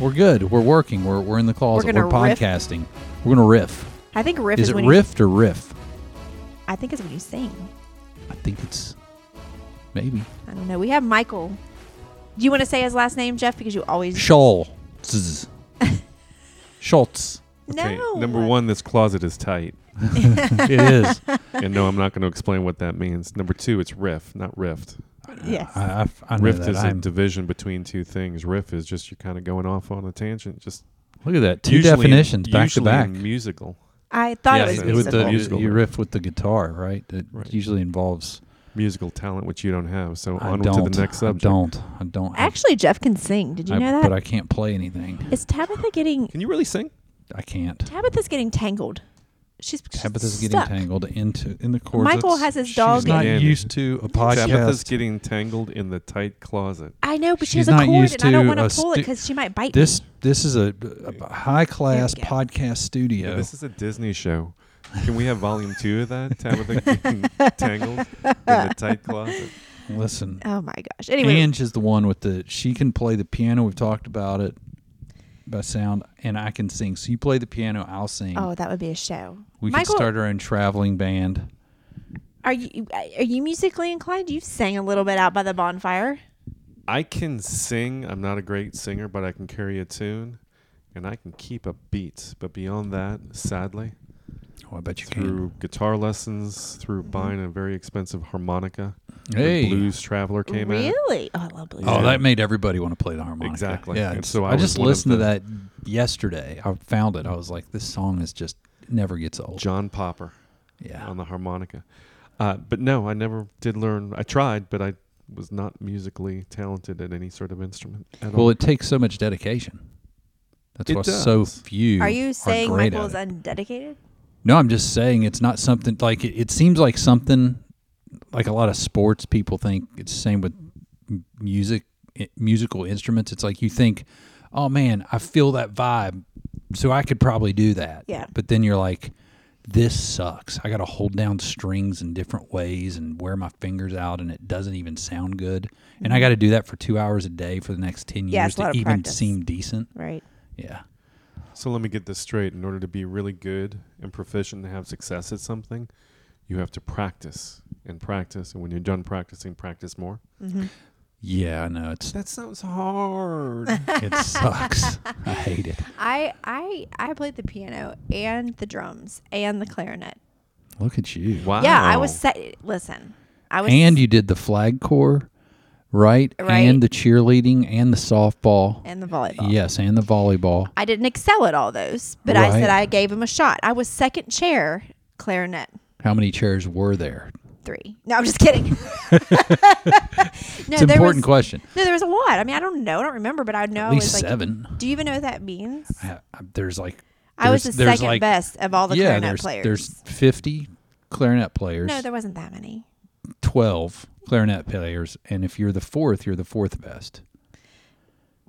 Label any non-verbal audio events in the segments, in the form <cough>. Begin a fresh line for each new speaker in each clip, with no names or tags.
We're good. We're working. We're, we're in the closet. We're,
gonna riff.
podcasting. We're going to riff.
I think riff
Is
is,
it
when
rift or riff?
You, I think it's when you sing.
I think it's maybe.
I don't know. We have Michael. Do you want to say his last name, Jeff? Because you always <laughs>
Schultz. Schultz.
no.
Number one, this closet is tight.
It is.
and no, I'm not going to explain what that means. Number two, it's riff, not rift.
<laughs> Yes.
I, I, <laughs> I know
Rift
that.
is a
I'm-
division between two things. Riff is just you're kind of going off on a tangent. Just
look at that. Two
usually-
definitions back to
usually
back.
Musical,
I thought
Yeah,
it was
it- it
with
musical.
the,
Musical.
you riff with the guitar, right? It
Right.
usually involves.
musical talent, which you don't have. So
I
on
don't.
to the next
I
subject.
don't. I don't. have-
Actually, Jeff can sing. Did you
I-
know
But
that?
I can't play anything.
Is Tabitha getting
Can you really sing?
I can't.
Tabitha's getting tangled? She's, she's
Tabitha's
stuck.
getting tangled into in the cords.
Michael has his dog.
She's not
in-
used to a
Tabitha's
podcast.
getting tangled in the tight closet.
I know, but she
She's
has a
not
cord,
used
and I don't
to
want
a
to pull it
stu-
because she might bite
This this is a, high class
There we go.
podcast studio.
Yeah, this is a Disney show. Can we have volume two
<laughs>
of that? Tabitha getting tangled in the tight closet.
Listen,
me. Oh my gosh! Anyway,
Ange is the one with the she can play the piano. We've talked about it by sound, and I can sing. So you play the piano, I'll sing.
oh, that would be a show.
we
Michael,
could start our own traveling band.
are you are you musically inclined? You sang a little bit out by the bonfire.
I can sing. I'm not a great singer, but I can carry a tune, and I can keep a beat. But beyond that, sadly,
Oh, I bet you
through guitar lessons, through buying a very expensive harmonica,
can.
when
Mm-hmm. Hey.
Blues Traveler came out.
really? Oh, I love blues.
Oh,
Yeah.
that made everybody want to play the harmonica.
Exactly.
Yeah.
And
it's-
so I
I,
was
just
one of
listened to
the-
that yesterday. I found it. I was like, this song is just never gets old.
John Popper
yeah.
on the harmonica. Uh, but no, I never did learn. I tried, but I was not musically talented at any sort of instrument at
Well,
all.
it takes so much dedication. That's
It
why so
does.
few
Are you saying
great
Michael's
at it.
undedicated?
No, I'm just saying it's not something like it, it seems like something like a lot of sports people think it's the same with m- music i- musical instruments. It's like you think, "Oh man, I feel that vibe, so I could probably do that."
Yeah.
But then you're like, "This sucks. I got to hold down strings in different ways and wear my fingers out and it doesn't even sound good. And I got to do that for 2 hours a day for the next 10
Mm-hmm. Yeah,
years
it's a lot
to
of
even
practice.
seem decent."
Right.
Yeah.
so let me get this straight. In order to be really good and proficient and have success at something, you have to practice and practice. And when you're done practicing, practice more.
Mm-hmm.
Yeah, I know it's
That sounds hard.
it sucks. I hate it.
I I I played the piano and the drums and the clarinet.
Look at you.
<laughs>
wow.
Yeah, I was set. Listen, I was
Oh. and you did the flag corps, right?
Right.
And the cheerleading and the softball.
and the volleyball.
Yes, and the volleyball.
I didn't excel at all those, but I said
Right.
I gave him a shot. I was second chair clarinet
How many chairs were there?
three. No, I'm just
<laughs>
kidding. no,
It's an
there
important
was,
question.
No, there was a lot. I mean, I don't know. I don't remember, but I know
At
I
least
was like,
seven.
do you even know what that means?
I ha- I- there's like
I was the
there's- there's
second
like-
best of all the
yeah,
clarinet
there's
players.
there's 50 clarinet players,
no, there wasn't that many.
12 clarinet players, and if you're the fourth, you're the fourth best.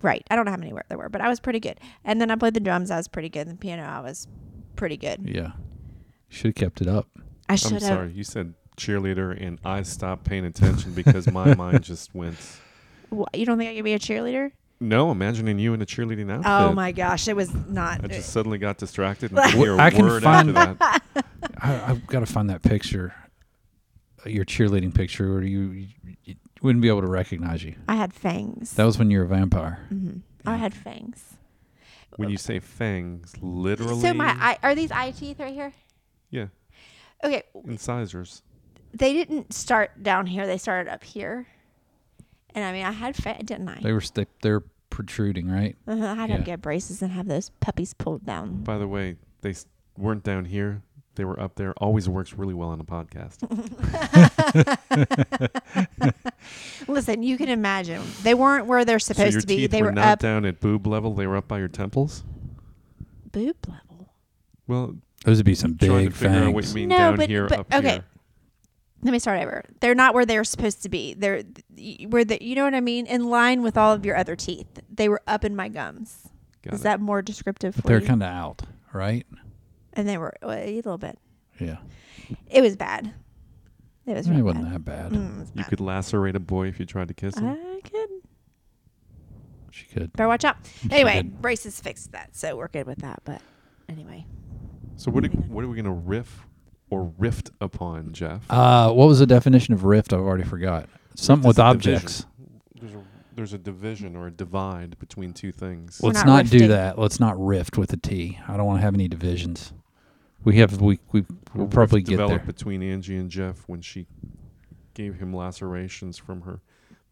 Right. I don't know how many were- there were, but I was pretty good. And then I played the drums. I was pretty good. The piano, I was pretty good.
Yeah. Should have kept it up.
I
I'm
should have.
sorry. You said cheerleader, and I stopped paying attention
<laughs>
because my mind just went.
Wh- You don't think I could be a cheerleader?
No, imagining you in a cheerleading outfit.
Oh my gosh, it was not.
I just suddenly got
<laughs>
distracted and didn't hear a
I can
word
find-
after that.
I, I've got to find that picture, uh, your cheerleading picture, or you, you, you wouldn't be able to recognize you.
I had fangs.
That was when you were a vampire.
Mm-hmm. I had fangs.
When you say fangs, literally.
So my eye, are these eye teeth right here?
yeah,
Okay,
incisors.
they didn't start down here. They started up here. And I mean, I had fat, didn't I?
They were st- they're protruding, right?
Uh-huh, I had to
yeah.
get braces and have those puppies pulled down.
By the way, they s- weren't down here. They were up there. Always works really well on
<laughs>
a podcast.
Listen, you can imagine they weren't where they're
so
supposed
your
to be.
teeth
They
were,
were,
not
up
down at boob level. They were up by your temples.
boob level.
Well,
Those would be some
trying to
big
figure out what
fangs.
you mean
No,
down
but-
here,
but-
up
okay.
here.
Let me start over. They're not where they're supposed to be. They're y- where the you know what I mean. In line with all of your other teeth, they were up in my gums.
Got
Is
it.
that more descriptive
But
for
they're
you?
kind of out, right?
And they were uh, a little bit.
Yeah,
It was bad. It was
it
really
wasn't
bad.
that bad.
Mm, it was
You
bad. Uh-huh.
could lacerate a boy if you tried to kiss him.
I could.
She could.
Better watch out.
She
Anyway,
did.
braces fixed that, so we're good with that. But anyway,
So what? Are, what are we gonna riff or rift upon, Jeff?
Uh, what was the definition of rift? I've already forgot. Something with
Rift is a
objects.
There's a there's a division or a divide between two things.
Well, We're
Let's
not
not, do
rifting.
that. Let's not rift with a T. I don't want to have any divisions. We have we we we'll probably
rift
get
developed
there.
between Angie and Jeff when she gave him lacerations from her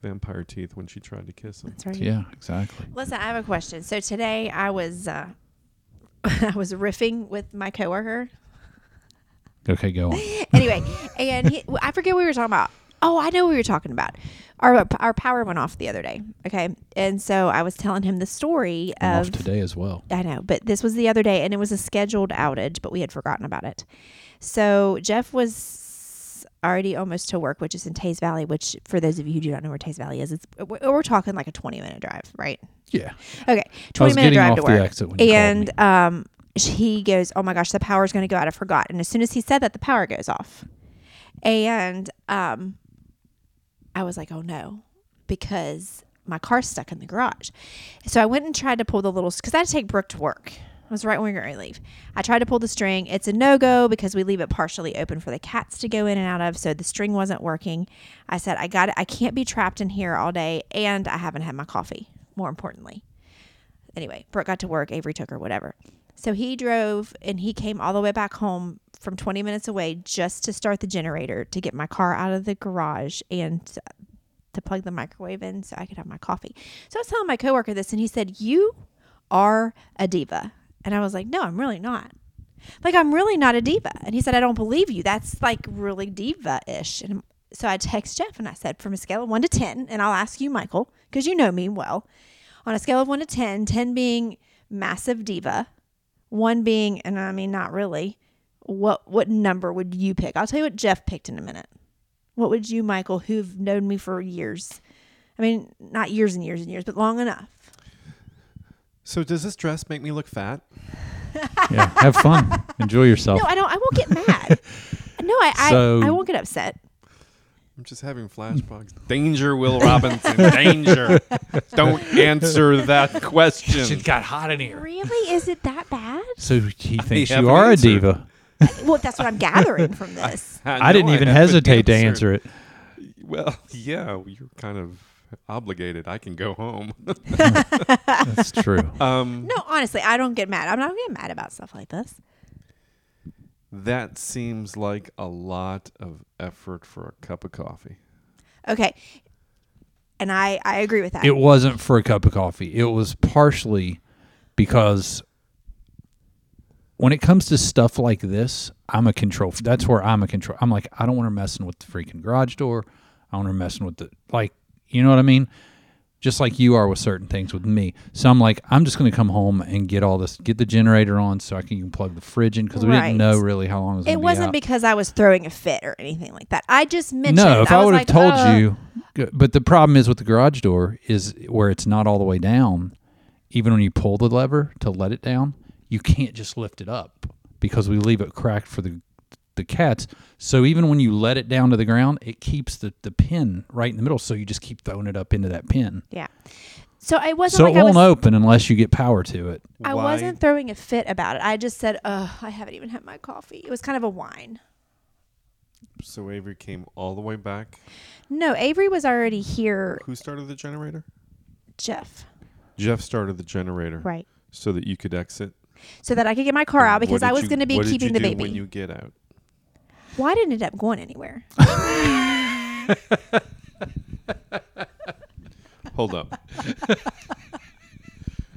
vampire teeth when she tried to kiss him.
that's right.
Yeah, exactly.
Listen, I have a question. So today I was uh, <laughs> I was riffing with my coworker.
Okay, go on.
Anyway, and he, I forget what we were talking about. Oh, I know what we were talking about. Our our power went off the other day. Okay, and so I was telling him the story
I'm off
of
today as well.
I know, but this was the other day and it was a scheduled outage, but we had forgotten about it. So Jeff was already almost to work, which is in Tays Valley, which for those of you who do not know where Tays Valley is, it's we're we're talking like a 20 minute drive, right?
Yeah,
Okay.
I
20
was
minute
getting
drive
off
to
the
work.
exit when you called me.
And um, sh- he goes, Oh my gosh, the power's going to go out. I forgot. And as soon as he said that, the power goes off. And um, I was like, Oh no, because my car's stuck in the garage. So I went and tried to pull the little, because I had to take Brooke to work. It was right when we were going to leave. I tried to pull the string. It's a no go because we leave it partially open for the cats to go in and out of. So the string wasn't working. I said, I got it. I can't be trapped in here all day. And I haven't had my coffee, more importantly anyway, Brooke got to work, Avery took her, whatever. So he drove and he came all the way back home from 20 minutes away just to start the generator to get my car out of the garage and to plug the microwave in so I could have my coffee. So I was telling my coworker this and he said, You are a diva. And I was like, No, I'm really not. Like, I'm really not a diva. And he said, I don't believe you. That's like really diva ish. And so I text Jeff and I said, From a scale of one to 10, and I'll ask you, Michael, because you know me well, on a scale of one to 10, 10 being massive diva, one being, and I mean, not really, what, what number would you pick? I'll tell you what Jeff picked in a minute. What would you, Michael, who've known me for years? I mean, not years and years and years, but long enough.
So does this dress make me look fat?
<laughs> yeah, have fun, enjoy yourself.
<laughs> No, I don't. I won't get <laughs> mad. no, I,
So-
I, I won't get upset.
I'm just having
Hmm.
flashbacks. Danger, Will
<laughs>
Robinson. Danger. Don't answer that question.
got hot in here.
Really, is it that bad?
So he thinks
have
you
an
are
answer.
a diva.
Well, that's what I'm gathering <laughs> from this.
I didn't even hesitate to answer it.
it. Well, yeah, you're kind of obligated. I can go home. <laughs>
That's <laughs> true.
Um,
No, honestly, I don't get mad. I'm not getting mad about stuff like this.
That seems like a lot of effort for a cup of coffee.
Okay, and I, I agree with that.
it wasn't for a cup of coffee. It was partially because when it comes to stuff like this, I'm a control. That's where I'm a control. I'm like, I don't want her messing with the freaking garage door. I want her messing with the like, you know what I mean? Just like you are with certain things with me. So I'm like, I'm just gonna come home and get all this, get the generator on, so I can even plug the fridge in because we
Right.
didn't know really how long it was. gonna
it wasn't
out.
because I was throwing a fit or anything like that. I just mentioned.
No, if I,
was
would have
like,
told
"Uh,
you, g- but the problem is with the garage door is where it's not all the way down. Even when you pull the lever to let it down, you can't just lift it up because we leave it cracked for the the cats. So even when you let it down to the ground, it keeps the the pin right in the middle. So you just keep throwing it up into that pin.
yeah. So I wasn't.
So
like
it
I was,
won't open unless you get power to it.
I
Why-
wasn't throwing a fit about it. I just said, "Oh, I haven't even had my coffee." It was kind of a whine.
So Avery came all the way back.
No, Avery was already here.
Who started the generator?
Jeff,
Jeff started the generator.
right?
So that you could exit.
So that I could get my car out
And
because
what
I
did
was
you-
going to be
what did
keeping
you
the
do
baby.
When you get out,
Why didn't it end up going anywhere? <laughs>
hold up.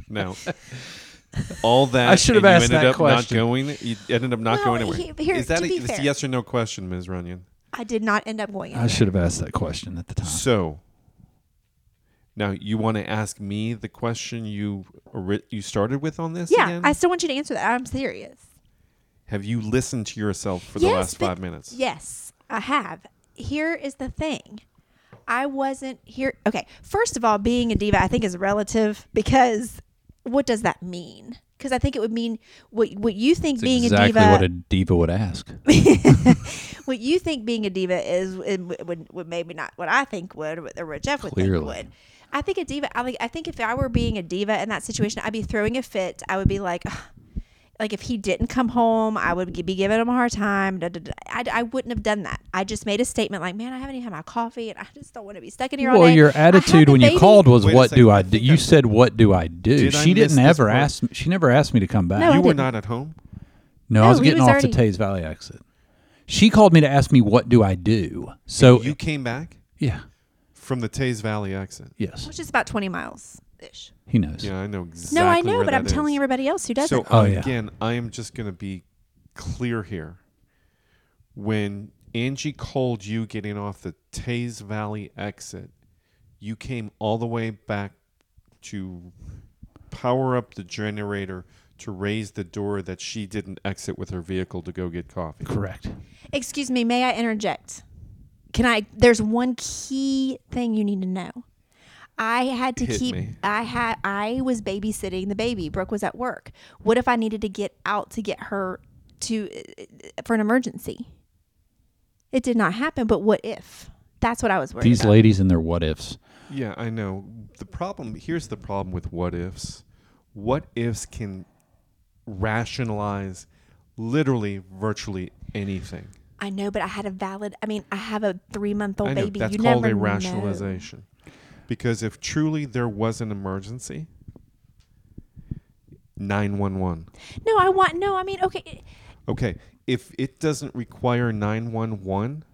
now, all that
I should have
and
asked
you ended
that
up
question.
Not going. You ended up not
Well,
going anywhere.
he- here,
Is that
to
a,
be
it's
fair.
a yes or no question, Ms. Runyon?
I did not end up going
I
anywhere.
should have asked that question at the time.
So now you want to ask me the question you ori- you started with on this?
yeah,
again?
I still want you to answer that. I'm serious.
Have you listened to yourself for the
Yes,
last
but-
five minutes?
Yes, I have. Here is the thing. I wasn't here. Okay, first of all, being a diva, I think is relative because what does that mean? Because I think it would mean what what you think
That's
being
exactly
a diva
what a diva would ask.
what you think being a diva is, and would, would maybe not what I think would, or what Jeff would
Clearly.
think would. I think a diva. I like. I think if I were being a diva in that situation, I'd be throwing a fit. I would be like, "Ugh." like if he didn't come home, I would be giving him a hard time. da, da, da. I, I wouldn't have done that. I just made a statement like, man, I haven't even had my coffee, and I just don't want to be stuck in here. all
Well,
day.
your
I had
attitude
the
when you
baby."
called was,
Wait a
"What
second,
do
I
I do?"
think
You
I-
said, "What do I do?"
Did I
she
miss
didn't
this
ever
part?
ask. Me, she never asked me to come back.
No, I
you were
didn't.
not at home.
No,
No,
I was
he
getting
was
off
already-
the Tays Valley exit. She called me to ask me, "What do I do?" So
you came back
yeah,
from the Tays Valley exit.
yes,
which is about twenty miles ish.
he knows.
Yeah, I know exactly.
No, I know,
where
but
that
I'm telling
is.
everybody else who doesn't.
So
Oh, yeah.
again, I am just going to be clear here. When Angie called you getting off the Tays Valley exit, you came all the way back to power up the generator to raise the door that she didn't exit with her vehicle to go get coffee.
Correct.
Excuse me, may I interject? Can I? There's one key thing you need to know. I had to
Hit
keep.
me.
I had. I was babysitting the baby. Brooke was at work. What if I needed to get out to get her to uh, for an emergency? It did not happen. But what if? That's what I was worried
These
about.
ladies and their what ifs.
Yeah, I know. The problem here's the problem with what ifs. What ifs can rationalize literally virtually anything.
I know, but I had a valid. I mean, I have a three month
I
old
know,
Oh, baby.
That's
you
called
never
a
know.
rationalization. Because if truly there was an emergency, 911.
No, I want. No, I mean, okay.
Okay, if it doesn't require 911,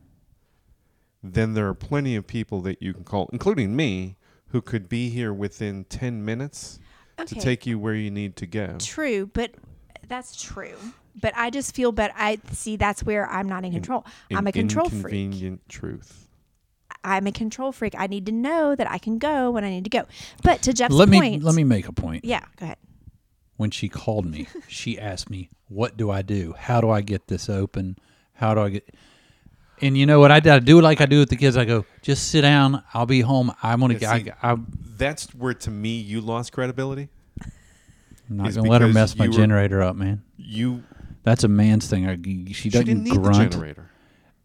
then there are plenty of people that you can call, including me, who could be here within 10 minutes
Okay.
to take you where you need to go.
True, but that's true. But I just feel better. I see that's where I'm not in control. I'm
An
a control freak.
inconvenient truth.
I'm a control freak. I need to know that I can go when I need to go. But to Jeff's
let me
point,
let me make a point.
Yeah, go ahead.
When she called
<laughs>
me, she asked me, "What do I do? How do I get this open? How do I get?" And you know what? I, I do like I do with the kids. I go, "Just sit down. I'll be home. I'm gonna.
Yeah, see,
I, I'm
That's where, to me, you lost credibility.
not
is
gonna let her
because
mess my
you were-
generator up, man.
You
That's a man's thing. I, she
she
doesn't
didn't need the
grunt.
generator.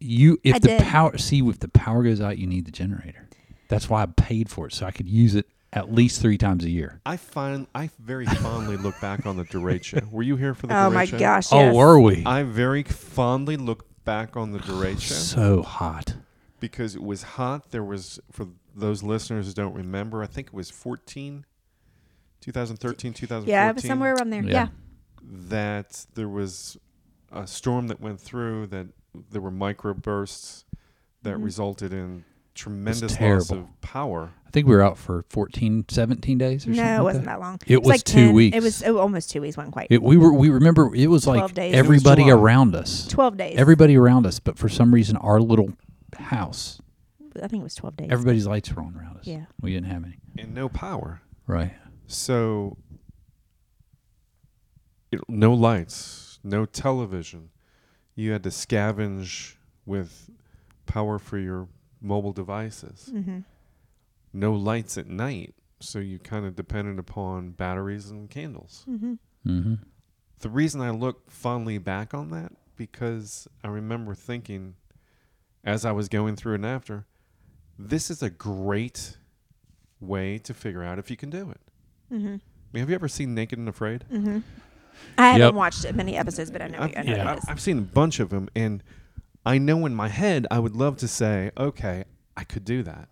You if
I
the
did.
power see if the power goes out, you need the generator. That's why I paid for it so I could use it at least three times a year.
I find I very fondly look back on the Durate show. Were you here for the
Oh
Durate
my
show?
gosh.
Oh,
yes.
were we?
I very fondly look back on the Durate show
so hot.
because it was hot. There was for those listeners who don't remember, I think it was 14 2013 2014
Yeah, but somewhere around there.
Yeah.
Yeah.
that there was a storm that went through that there were microbursts that
Mm-hmm.
resulted in tremendous loss
terrible.
of power.
I think we were out for 14, 17 days or something.
No, it
like
wasn't that long.
It was
like
two
10
weeks.
It was oh, almost two weeks. wasn't quite.
It, we were we remember it was like
12 days. It was
everybody
July.
around us.
Twelve days.
Everybody around us, but for some reason our little house,
I think it was twelve days.
everybody's lights were on around us.
Yeah.
We didn't have any.
and no power.
Right.
So, it, no lights, no television. You had to scavenge with power for your mobile devices.
mm-hmm.
No lights at night, so you kind of depended upon batteries and candles.
Mm-hmm.
Mm-hmm.
The reason I look fondly back on that because I remember thinking as I was going through and after, this is a great way to figure out if you can do it.
Mm-hmm.
I mean, have you ever seen Naked and Afraid?
Mm-hmm. I haven't
Yep.
watched it many episodes, but I know.
I've,
I know what
yeah.
it is.
I- I've seen a bunch of them, and I know in my head I would love to say, "Okay, I could do that."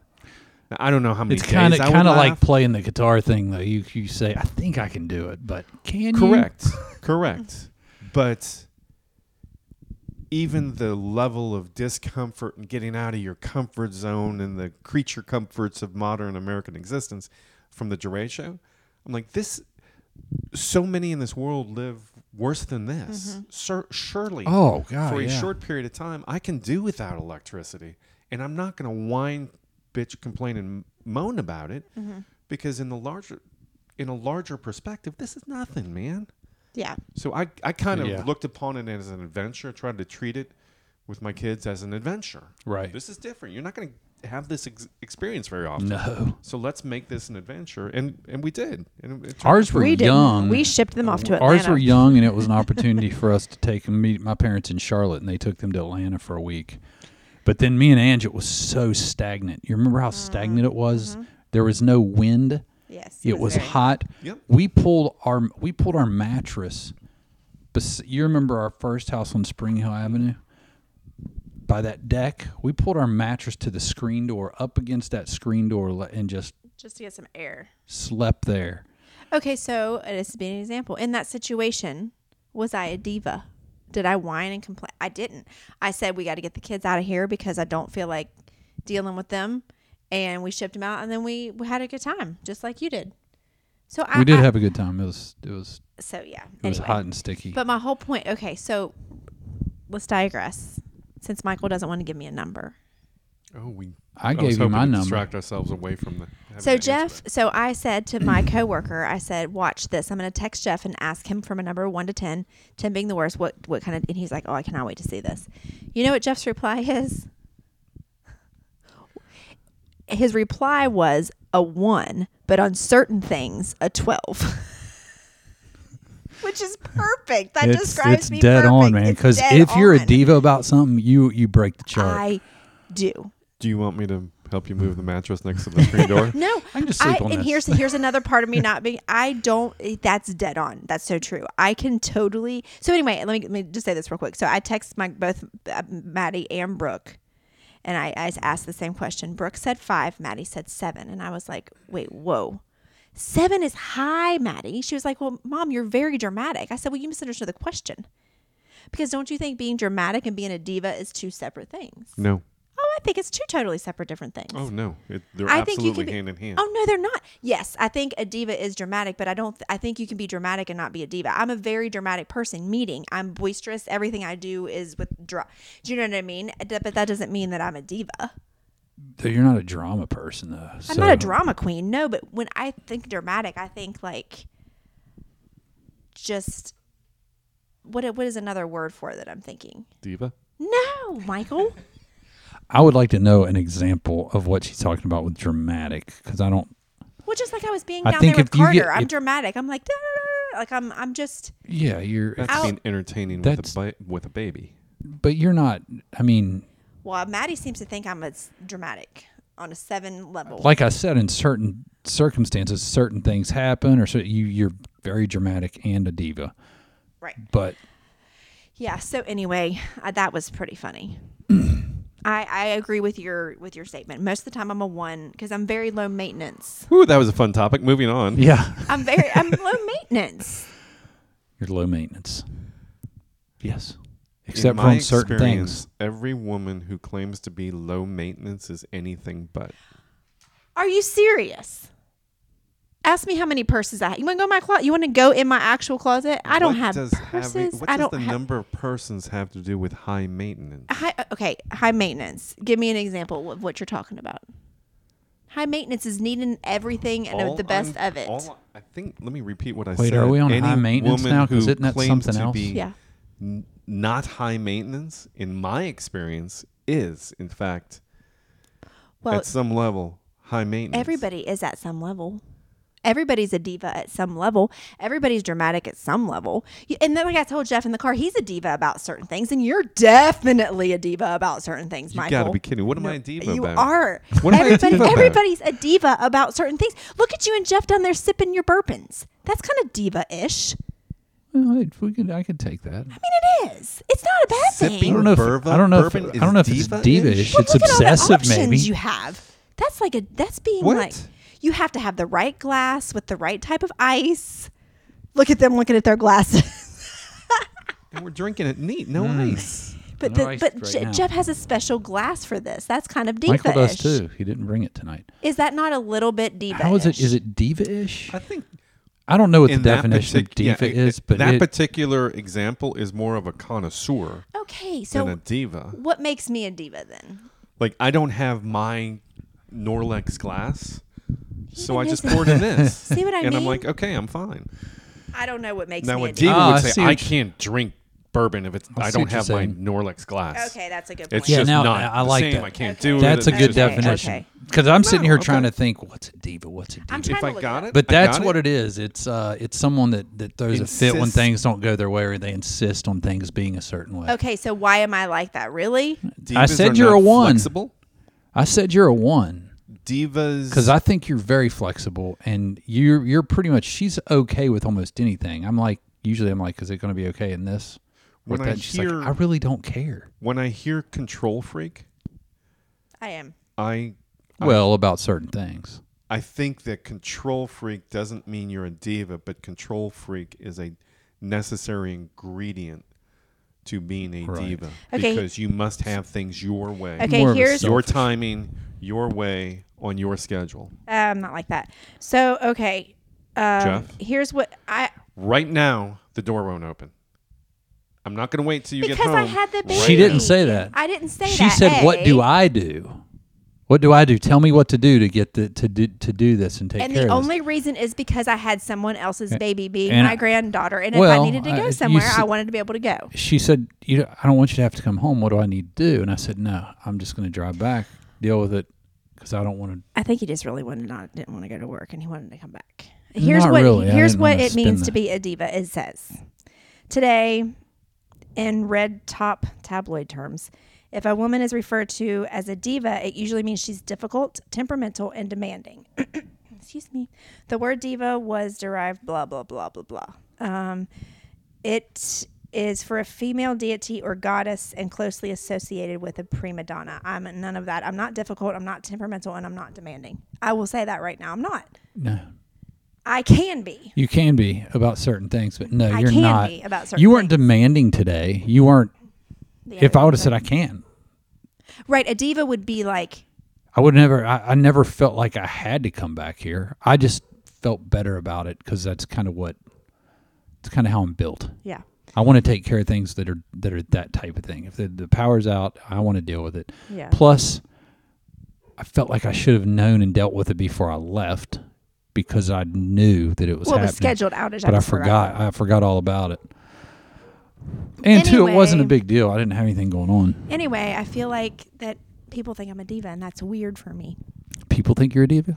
Now, I don't know how many
It's kind
kind
of kind of like playing the guitar thing though. You you say I think I can do it, but can you?
correct, correct, but even the level of discomfort and getting out of your comfort zone and the creature comforts of modern American existence from the Duray show, I'm like this. So many in this world live worse than this. Sur- surely,
Oh god.
for a
yeah.
short period of time, I can do without electricity, and I'm not going to whine, bitch, complain, and moan about it,
Mm-hmm.
because in the larger, in a larger perspective, this is nothing, man.
Yeah.
So I, I kind of
Yeah.
looked upon it as an adventure, tried to treat it with my kids as an adventure.
Right.
This is different. You're not going to have this ex- experience very often.
No.
So let's make this an adventure, and and we did. And it, it
Ours were
we
young.
did. We shipped them off to Atlanta.
Ours were young, and it
<laughs>
was an opportunity for us to take and meet my parents in Charlotte, and they took them to Atlanta for a
Mm-hmm.
week. But then me and Angie, it was so stagnant. You remember how stagnant it was? There was no wind.
Yes.
It was
very-
hot.
Yep.
We pulled our we pulled our mattress. bes- You remember our first house on Spring Hill Avenue? By that deck, we pulled our mattress to the screen door, up against that screen door, le- and just
Just to get some air.
slept there.
Okay, so uh, this has been an example. In that situation, was I a diva? Did I whine and complain? I didn't. I said we got to get the kids out of here because I don't feel like dealing with them, and we shipped them out, and then we, we had a good time, just like you did. So I
we did
I-
have a good time. It was it was
So yeah,
it was hot and sticky.
But my whole point. Okay, so let's digress. Since Michael doesn't want to give me a number,
Oh, we.
I
was
gave you
hoping
my
to
number.
Distract ourselves away from the. having to
So
answer
Jeff,
that.
so I said to my coworker, I said, "Watch this. I'm going to text Jeff and ask him from a number one to ten, ten being the worst. What what kind of?" And he's like, "Oh, I cannot wait to see this." You know what Jeff's reply <laughs> is? His reply was a one, but on certain things, a twelve. <laughs> Which is perfect. That
it's
describes
it's
me.
dead on,
perfect.
man.
It's
Because
dead
if you're a
on.
diva about something, you you break the chart.
I do.
do you want me to help you move the mattress next to the screen <laughs> door?
No,
I can just sleep on
and
this.
here's here's another part of me not being. I don't. That's dead on. That's so true. I can totally. So anyway, let me, let me just say this real quick. So I text my both uh, Maddie and Brooke, and I, I asked the same question. Brooke said five. Maddie said seven, and I was like, wait, whoa. Seven is high, Maddie. She was like, Well, mom, you're very dramatic. I said, Well, you misunderstood the question. Because don't you think being dramatic and being a diva is two separate things?
No.
Oh, I think it's two totally separate different things.
Oh no, it, they're
I think you
absolutely
could be-
hand in hand.
Oh no, they're not. Yes, I think a diva is dramatic, but I don't. I think you can be dramatic and not be a diva. I'm a very dramatic person. Meeting, I'm boisterous. Everything I do is with dra Do you know what I mean? D- But that doesn't mean that I'm a diva.
Though you're not a drama person though.
I'm not a drama queen. No, but when I think dramatic, I think like just what? What is another word for it that I'm thinking?
Diva.
No, Michael.
I would like to know an example of what she's talking about with dramatic because I don't.
well, just like I was being
I
down
think
there with
if you
Carter,
get-
I'm
if-
dramatic. I'm like, "Da-da-da-da-da," like I'm. I'm just.
Yeah, you're.
That's
I'll-
being entertaining
That's-
with a ba- with a baby.
But you're not. I mean,
Well, Maddie seems to think I'm a s- dramatic on a seven level.
like I said, in certain circumstances, certain things happen, or so you you're very dramatic and a diva.
right.
But
Yeah. So anyway, uh, that was pretty
<clears throat>
funny. I, I agree with your with your statement. Most of the time, I'm a one because I'm very low maintenance.
Ooh, that was a fun topic. Moving on.
yeah,
I'm very I'm
<laughs>
low maintenance.
you're low maintenance. Yes,
In
except for
my
on certain
experience,
things.
Every woman who claims to be low maintenance is anything but.
Are you serious? Ask me how many purses I have. You want to go in my closet? You want to go in my actual closet? I don't
What
have
does
purses.
having- what
I
does
don't
the
have.
number of persons have to do with high maintenance?
high uh, okay high maintenance give me an example of what you're talking about high maintenance is needing everything and
All
the best
I'm-
of it
all I think. Let me repeat what I
Wait,
said.
are we on
Any
high maintenance
woman
now? 'Cause
who
isn't that
claims
something
to
else?
be
yeah
n- not high maintenance, in my experience, is in fact
well
at some level high maintenance.
everybody is at some level everybody's a diva at some level everybody's dramatic at some level You- and then like i told jeff in the car he's a diva about certain things and you're definitely a diva about certain things
You
michael
gotta be kidding. What am I a diva
you
about?
are
What am I a
everybody
diva about?
everybody's a diva about certain things look at you and jeff down there sipping your bourbons that's kind of diva-ish
Well, if we could, I could take that.
mean, it is. It's not a bad
I
Sipping
thing.
don't know if
Bourbon-
I don't know if
bourbon
I don't know if
is
it's
diva-ish?
diva-ish.
But
it's
look at all
obsessive,
the options
maybe.
you have. That's like a. That's being
What?
like. You have to have the right glass with the right type of ice. Look at them looking at their glasses.
And we're drinking it neat, no
Mm.
ice.
but
No
the,
ice
but
right
Je-
now.
Jeff has a special glass for this. That's kind of diva-ish.
Michael does too. He didn't bring it tonight.
Is that not a little bit diva?
How is it? Is it diva-ish?
I think
I don't know what the
in that
definition of
partic- yeah,
diva
it-
is, but
that
it,
particular example is more of a connoisseur
Okay,
than a
so
diva.
what makes me a diva then?
Like I don't have my Norlex glass, so I
Even
just
isn't-
poured in this.
<laughs> See what I
and I'm
mean?
like, okay, I'm fine.
I don't know what makes
Now,
me a
a
diva.
diva
Ah, I
would
see
say,
what
I
you-
can't drink bourbon if it's I,
see
don't
what you're
have my
saying.
Norlex glass.
Okay, that's a good point.
It's
Yeah,
just
now
not
I- I
the
like
same.
that.
I can't
Okay.
do
that's a
it.
good
It's just-
Okay,
definition.
okay.
Because I'm sitting
No,
here
okay.
trying to think, what's a diva? What's a diva?
I'm trying
If
to
I
look
got
it up.
it,
but
I got
that's what it is. It's uh, it's someone that, that throws a fit when
Insists.
things don't go their way, or they insist on things being a certain way.
Okay, so why am I like that? Really?
I
Divas
said
are
you're
not
a one.
Flexible.
I said you're a one.
divas.
Because I think you're very flexible, and you're you're pretty much she's okay with almost anything. I'm like usually I'm like, is it going to be okay in this? Or
When
that?
I
She's like,
hear-
I really don't care.
when I hear control freak,
I am.
I
well, about certain things.
I think that control freak doesn't mean you're a diva, but control freak is a necessary ingredient to being a
Right.
diva
Okay.
because you must have things your way,
Okay,
More of a
here's
self-
your timing, your way on your schedule.
um not like that. So okay, um,
Jeff?
here's what I
Right now, the door won't open. I'm not going to wait till you get
because
home.
I had the baby.
Right
She didn't
now.
say that.
I didn't say
she
that.
said, "What do
A."
I do? What do I do? Tell me what to do to get the to do to do this and take
And
care
the
of this."
only reason is because I had someone else's baby being
and
my
I-
granddaughter, and if
Well,
I needed to
I-
go
you
somewhere,
s-
I wanted to be able to go.
she said, "You, know, I don't want you to have to come home. What do I need to do?" And I said, "No, I'm just going to drive back, deal with it, because I don't want to."
I think he just really wanted not didn't want to go to work, and he wanted to come back. Here's
Not
what
really. I
here's
didn't
what
wanna
it
spin
means
the-
to be a diva. It says today, in red top tabloid terms, if a woman is referred to as a diva, it usually means she's difficult, temperamental, and demanding. <coughs> Excuse me. The word diva was derived blah blah blah blah blah. Um, it is for a female deity or goddess and closely associated with a prima donna. I'm none of that. I'm not difficult. I'm not temperamental, and I'm not demanding. I will say that right now. I'm not.
No,
I can be.
you can be about certain things, but no,
I
you're
can
not.
be about certain.
You weren't
things.
demanding today. You weren't.
The
If
other
I would have
things,
said I can,
but- right, a diva would be like
I would never. I, I never felt like I had to come back here. I just felt better about it because that's kind of what. It's kind of how I'm built.
yeah.
I want to take care of things that are that are that type of thing. If the, the power's out, I want to deal with it.
Yeah.
Plus, I felt like I should have known and dealt with it before I left because I knew that it was
Well, it
happening.
was scheduled outage.
but I
just
forgot. I forgot all about it. And two, it wasn't a
Anyway.
big deal. I didn't have anything going on.
Anyway, I feel like that people think I'm a diva, and that's weird for me.
People think you're a diva.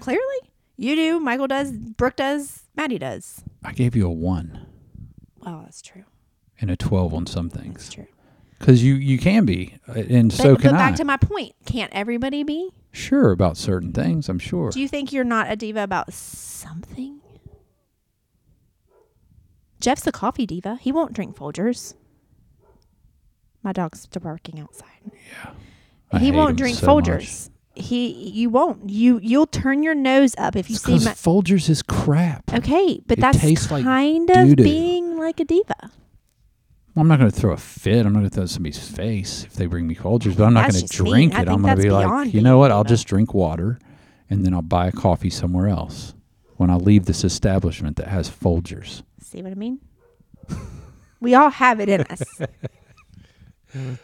Clearly, you do. Michael does. Brooke does. Maddie does.
I gave you a one
Well, that's true.
and a twelve on some
That's
things
true.
because you you can be, uh, and so
but,
can
but
I.
back to my point. Can't everybody be?
sure about certain things. I'm sure.
Do you think you're not a diva about something? Jeff's the coffee diva. He won't drink Folgers. My dog's barking outside.
I
he
hate
won't
him
drink
so much.
Folgers. He you won't. You you'll turn your nose up if you see
Because
my
Folgers is crap.
Okay, but
It
that's
tastes like
kind of
doo-doo.
being like a diva.
Well, I'm not going to throw a fit. I'm not going to throw it in somebody's face if they bring me Folgers, but I'm not
That's
going to
just mean.
drink
I
it.
think
I'm going
that's
to be
beyond
like, you
being
know what?
a
I'll
diva."
just drink water and then I'll buy a coffee somewhere else when I leave this establishment that has Folgers.
See what I mean? <laughs> we all have it in us.
I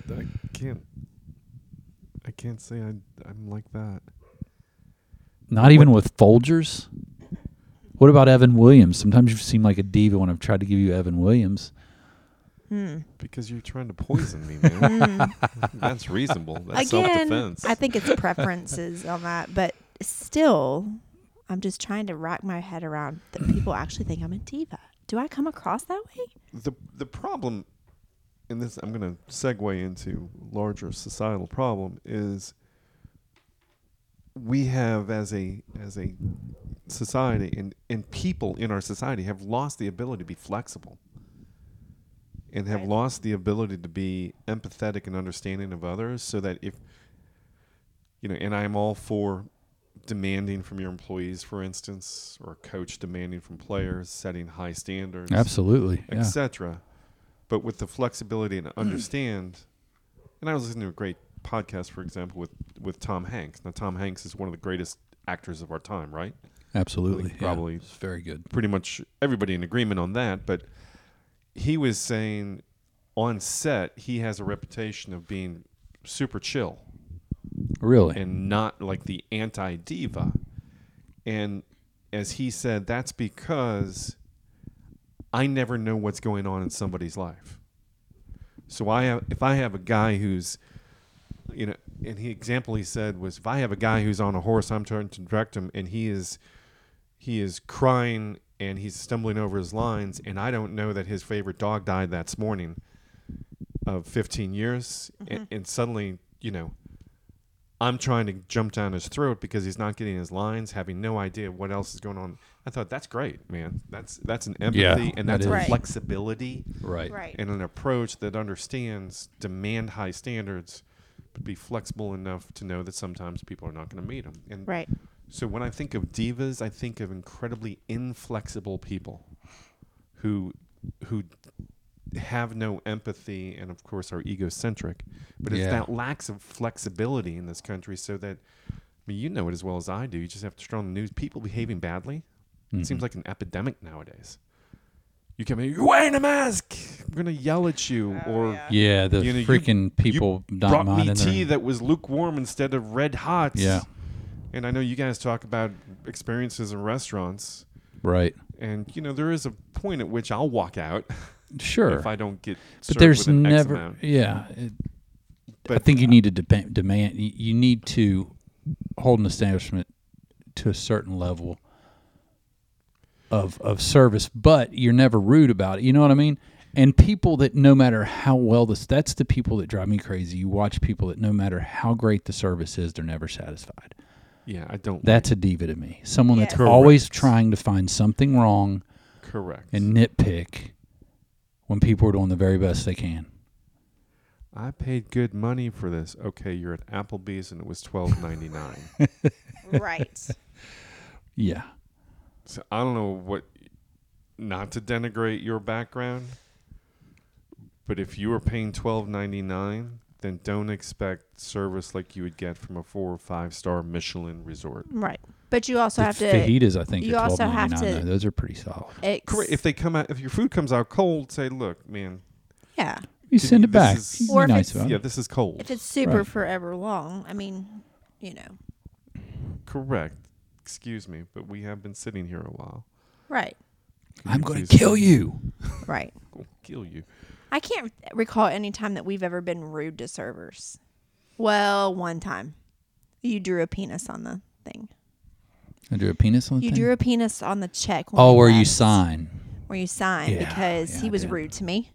can't. I can't say I, I'm like that.
Not even with Folgers. What about Evan Williams? Sometimes you seem like a diva when I've tried to give you Evan Williams.
Because you're trying to poison me, man. That's reasonable. That's
Again,
self-defense.
I think
<laughs>
it's preferences on that, but still, I'm just trying to wrap my head around that people actually think I'm a diva. Do I come across that way?
the the problem, and this I'm going to segue into larger societal problem is we have as a as a society and and people in our society have lost the ability to be flexible and have
Right.
lost the ability to be empathetic and understanding of others so that if you know and i'm all for demanding from your employees for instance or a coach demanding from players setting high standards
Absolutely. Yeah.
etc. But with the flexibility and understand, <clears throat> and I was listening to a great podcast, for example, with with Tom Hanks. Now, Tom Hanks is one of the greatest actors of our time, right?
Absolutely.
Like,
yeah.
probably-
It's very good.
Pretty much everybody in agreement on that. But he was saying on set he has a reputation of being super chill
Really.
and not like the anti diva. And as he said, that's because I never know what's going on in somebody's life. So I have, if I have a guy who's, you know, and the example he said was, if I have a guy who's on a horse, I'm trying to direct him, and he is, he is crying and he's stumbling over his lines, and I don't know that his favorite dog died that morning of 15 years, and, and suddenly, you know, I'm trying to jump down his throat because he's not getting his lines, having no idea what else is going on. I thought that's great, man. That's that's an empathy and
that
that's a
is. Right.
flexibility
Right.
Right.
and an approach that understands demand high standards, but be flexible enough to know that sometimes people are not going to meet them. And
Right.
so when I think of divas, I think of incredibly inflexible people who who have no empathy and of course are egocentric. But it's
Yeah.
that lack of flexibility in this country so that I mean you know it as well as I do. You just have to turn on the news. People behaving badly.
Mm-hmm.
It seems like an epidemic nowadays. You come in, you're wearing a mask. I'm gonna yell at you or
Yeah, the
You know, you-
freaking people
you
not
brought me
minding their-
tea that was lukewarm instead of red hot.
Yeah.
And I know you guys talk about experiences in restaurants,
Right.
and you know there is a point at which I'll walk out <laughs>
Sure.
if I don't get.
but
served
there's
with an X
never
amount.
yeah it- i
But-
think you need to de- demand you you need to hold an establishment to a certain level of of service but you're never rude about it you know what i mean and people that no matter how well this that's the people that drive me crazy you watch people that no matter how great the service is they're never satisfied
Yeah, I don't.
that's a diva to me someone that's
Yes.
always
Correct.
trying to find something wrong
correct.
and nitpick when people are doing the very best they can
I paid good money for this. Okay, you're at Applebee's and it was twelve ninety nine.
Right.
yeah
So I don't know what, not to denigrate your background, but if you were paying twelve ninety nine, then don't expect service like you would get from a four or five star Michelin resort.
<laughs> Right. But you also
The
have to.
fajitas, I think,
you
are
also
twelve
have
ninety nine.
to-
though. Those are pretty solid.
Ex-
Correct. If they come out, if your food comes out cold, say, look, man,
yeah.
You
Could
send
be-
it back.
this is-
Be
Or if
nice
it's-
about
yeah,
it.
this is cold.
If it's super
Right.
forever long, I mean, you know.
Correct. Excuse me, but we have been sitting here a while.
Right.
Could
I'm going
please-
to kill you.
Right.
We'll Kill you.
I can't recall any time that we've ever been rude to servers. Well, one time, you drew a penis on the thing.
I drew a penis on the
You
thing?
drew a penis on the check. when
oh,
we
where you
left. <laughs>
sign.
Where you signed
Yeah,
because
yeah,
he
I
was
did.
rude to me.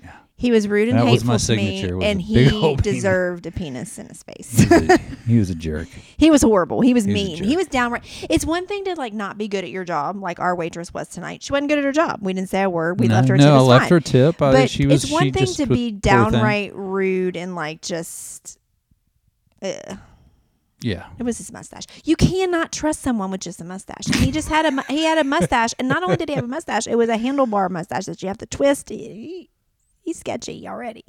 Yeah.
He was rude and
That was
hateful
my
to
signature,
me,
was a
and
big <laughs>
he
old penis.
deserved a penis in his face. <laughs>
He was a- he was a jerk.
He was horrible. He was
He was a
mean. he
jerk.
was downright. It's one thing to like not be good at your job, like our waitress was tonight. She wasn't good at her job. We didn't say a word. <laughs> We
no,
left her. a
no,
tip
I
is
left
fine.
her tip. I,
But
she was.
it's
she
one thing
just
to
was-
be
poor thing.
downright rude and like just. eh, Ugh.
Yeah,
It was his mustache. You cannot trust someone with just a mustache. And he just had a mu- he had a mustache, and not only did he have a mustache, it was a handlebar mustache that you have to twist. He- he's sketchy already.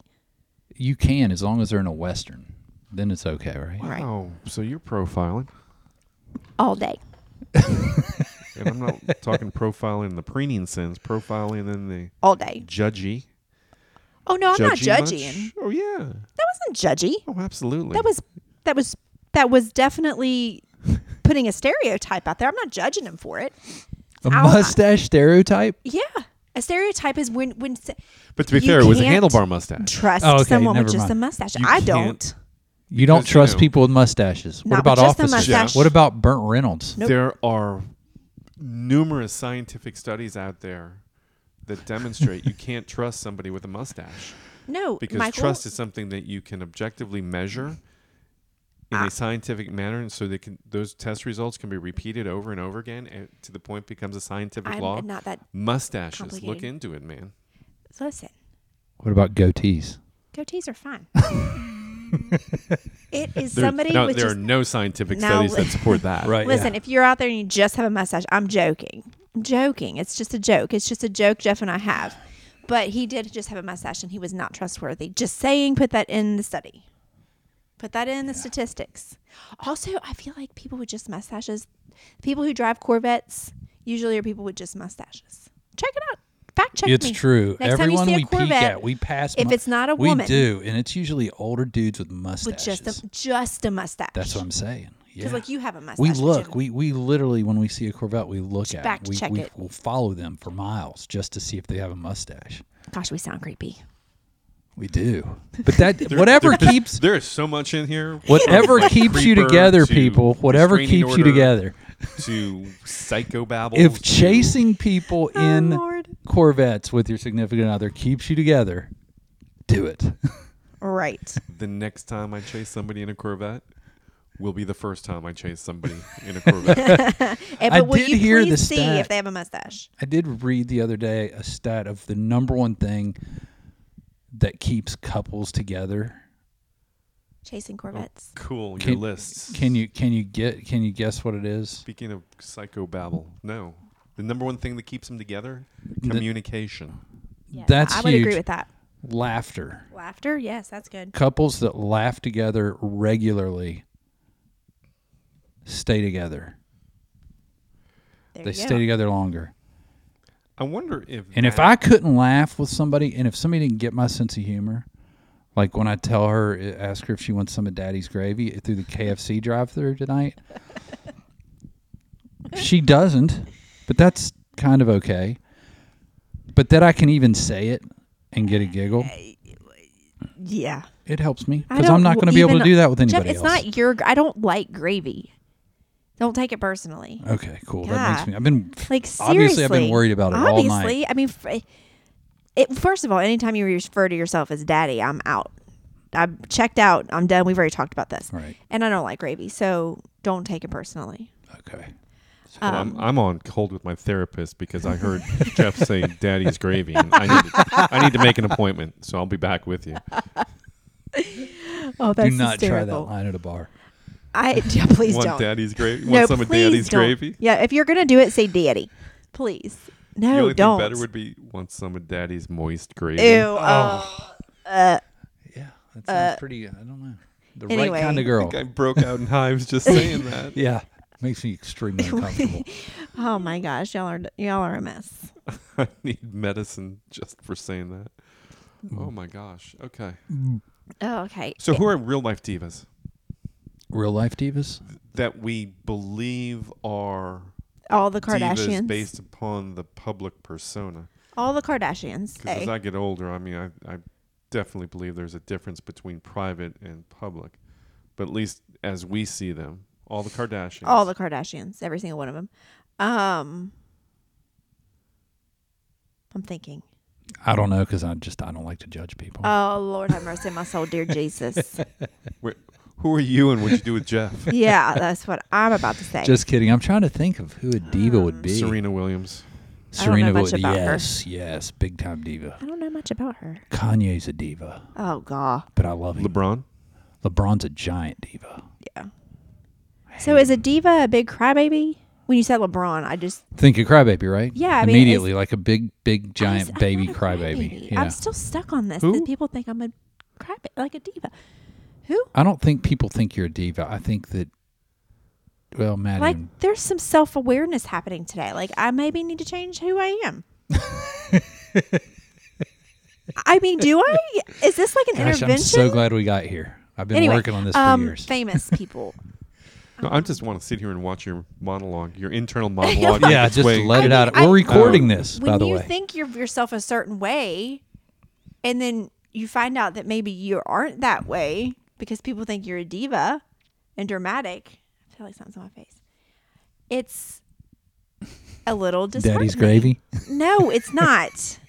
you can as long as they're in a western. Then it's okay, right?
Right.
Oh, so you're profiling.
All day.
And
<laughs>
I'm not talking profiling in the preening sense, profiling in the
All day.
judgy.
Oh no, I'm not
judgy much?
judging.
Oh, yeah.
That wasn't judgy.
Oh, absolutely.
That was that was that was definitely putting a stereotype out there. I'm not judging him for it.
A
I'll-
mustache stereotype.
Yeah, a stereotype is when when s-
But to be
You
fair, it was a
can't
handlebar mustache.
trust
Oh, okay,
someone with
never
just a
mind.
mustache.
You
I
can't-
don't.
You don't
Because, you
trust
know-
people with mustaches. What
Not
about
with just a
officers?
mustache.
What about Burt Reynolds?
Nope.
There are numerous scientific studies out there that demonstrate you can't trust somebody with a mustache
No,
because
Michael,
trust is something that you can objectively measure in
Ah.
a scientific manner, and so they can those test results can be repeated over and over again, and to the point it becomes a scientific
I'm
law.
not that.
Mustaches, look
complicated.
into it, man.
Listen,
What about goatees?
goatees
<laughs>
are fine. it is
There-
somebody
no,
with
there
just.
are no scientific
Now
studies
li-
that
<laughs>
support that.
Right.
Listen, if you're out there and you just have a mustache, I'm joking. I'm joking. It's just a joke. It's just a joke Jeff and I have. But he did just have a mustache and he was not trustworthy. Just saying, put that in the study. Put that in the statistics. Also, I feel like people with just mustaches, people who drive Corvettes, usually are people with just mustaches. Check it out. Fact check
It's
me.
true.
Next time you
Everyone
see a
we peek
Corvette,
at, we pass.
if
mu-
it's not a
we
woman-
do, and it's usually older dudes with mustaches.
With just a just a mustache.
That's what I'm saying. Yeah,
Because like you have a mustache.
we
but you
look.
don't.
We we literally when we see a Corvette, we look at.
fact
it. We,
check
we
it.
will follow them for miles just to see if they have a mustache.
Gosh, we sound creepy.
We do, but that whatever
<laughs>
keeps
There is so much in here.
whatever
From, like,
keeps you
Creeper
together,
to
people. Whatever
restraining
keeps you
order
together.
to psychobabble.
If
to-
chasing people in
Lord.
Corvettes with your significant other keeps you together, do it.
Right.
<laughs>
the next time I chase somebody in a Corvette, will be the first time I chase somebody in
<laughs>
a Corvette.
Eh,
I
but will
did
you
hear
please
the
see
stat.
if they have a mustache?
I did read the other day a stat of the number one thing that keeps couples together.
Chasing Corvettes.
cool, your
Can-
lists.
Can you can you get can you guess what it is?
Speaking of psychobabble, no. The number one thing that keeps them together?
The-
Communication.
Yes,
Oh, That's
I would agree
huge.
with that.
Laughter.
Laughter. Yes, that's good.
Couples that laugh together regularly stay together.
There
They
you
stay
go.
together longer.
I wonder if.
And if
that-
I couldn't laugh with somebody, and if somebody didn't get my sense of humor, like when I tell her, uh, ask her if she wants some of Daddy's gravy through the KFC drive-through
<laughs>
tonight, she doesn't. But that's kind of okay. But that I can even say it and get a giggle,
Yeah.
it helps me
I
because
don't
I'm not
w-
going to be able
even-
to do that with
Jeff,
anybody
it's
else.
not your. gr- I don't like gravy. Don't take it personally.
okay, cool. That
Yeah.
makes me. I've been
Like seriously,
Obviously, I've been worried about it all
Obviously,
night.
I mean, f- it, first of all, anytime you refer to yourself as daddy, I'm out. I'm checked out. I'm done. We've already talked about this,
Right.
and I don't like gravy, so don't take it personally.
okay.
Well, I'm, I'm on hold with my therapist because I
<laughs>
heard Jeff say "Daddy's gravy." And I, need to, I need to make an appointment, so I'll be back with you.
Oh, that's
do not try that line at a bar.
I <laughs> yeah, please
want
don't.
Daddy's gravy?
no,
want some of
please
Daddy's
don't.
gravy?
Yeah, if you're gonna do it, say daddy, please. No,
the only
don't.
thing better would be want some of Daddy's moist gravy.
Ew.
Oh.
Oh.
uh,
Yeah, that sounds pretty. I don't know. The
anyway.
right kind of
I
girl.
think I broke out in hives
<laughs>
just saying that.
yeah, makes me extremely uncomfortable.
oh my gosh, y'all are y'all are a mess.
<laughs> I need medicine just for saying that.
Mm.
Oh my gosh. Okay.
Oh, okay.
So who are real life divas
Real life divas?
that we believe are
all the
divas
Kardashians.
based upon the public persona?
all the Kardashians.
Because as
eh?
I get older, I mean, I, I definitely believe there's a difference between private and public. But at least as we see them, all the Kardashians.
all the Kardashians, every single one of them. Um, I'm thinking.
I don't know because I just I don't like to judge people.
Oh Lord, have mercy on my soul, dear
<laughs>
Jesus.
Wait, who are you and what you do
<laughs>
with Jeff?
yeah, that's what I'm about to say.
just kidding. I'm trying to think of who a diva would be.
Serena Williams.
I don't know
Serena
much
would.
about her.
Yes, yes, big time diva.
I don't know much about her.
Kanye's a diva,
Oh God.
but I love him.
LeBron.
LeBron's a giant diva.
Yeah. So is a diva a big crybaby? When you said LeBron, I just
Think of crybaby, right?
Yeah, I mean,
immediately like a big, big,
I
giant
just- <laughs> I'm
baby
not a
crybaby. Yeah.
I'm still stuck on this.
Who?
That people think I'm a crybaby, like a diva. Who?
I don't think people think you're a diva. I think that, well, Maddie,
Like there's some self awareness happening today. Like I maybe need to change who I
<laughs>
am. I mean, do I? Is this like an
gosh, I'm
intervention?
so glad we got here. I've been
anyway,
working on this for
um,
years.
Famous
<laughs>
people.
No,
uh-huh.
I just want to sit here and watch your monologue, your
<laughs>
internal monologue.
yeah,
It's
just
way-
let
I
it
mean,
out.
I-
We're recording this,
when
by the
you
way.
think of yourself a certain way, and then you find out that maybe you aren't that way because people think you're a diva and dramatic. I feel like something's on my face. It's a little
<laughs>
disheartening.
Daddy's gravy.
No, it's
<laughs>
not.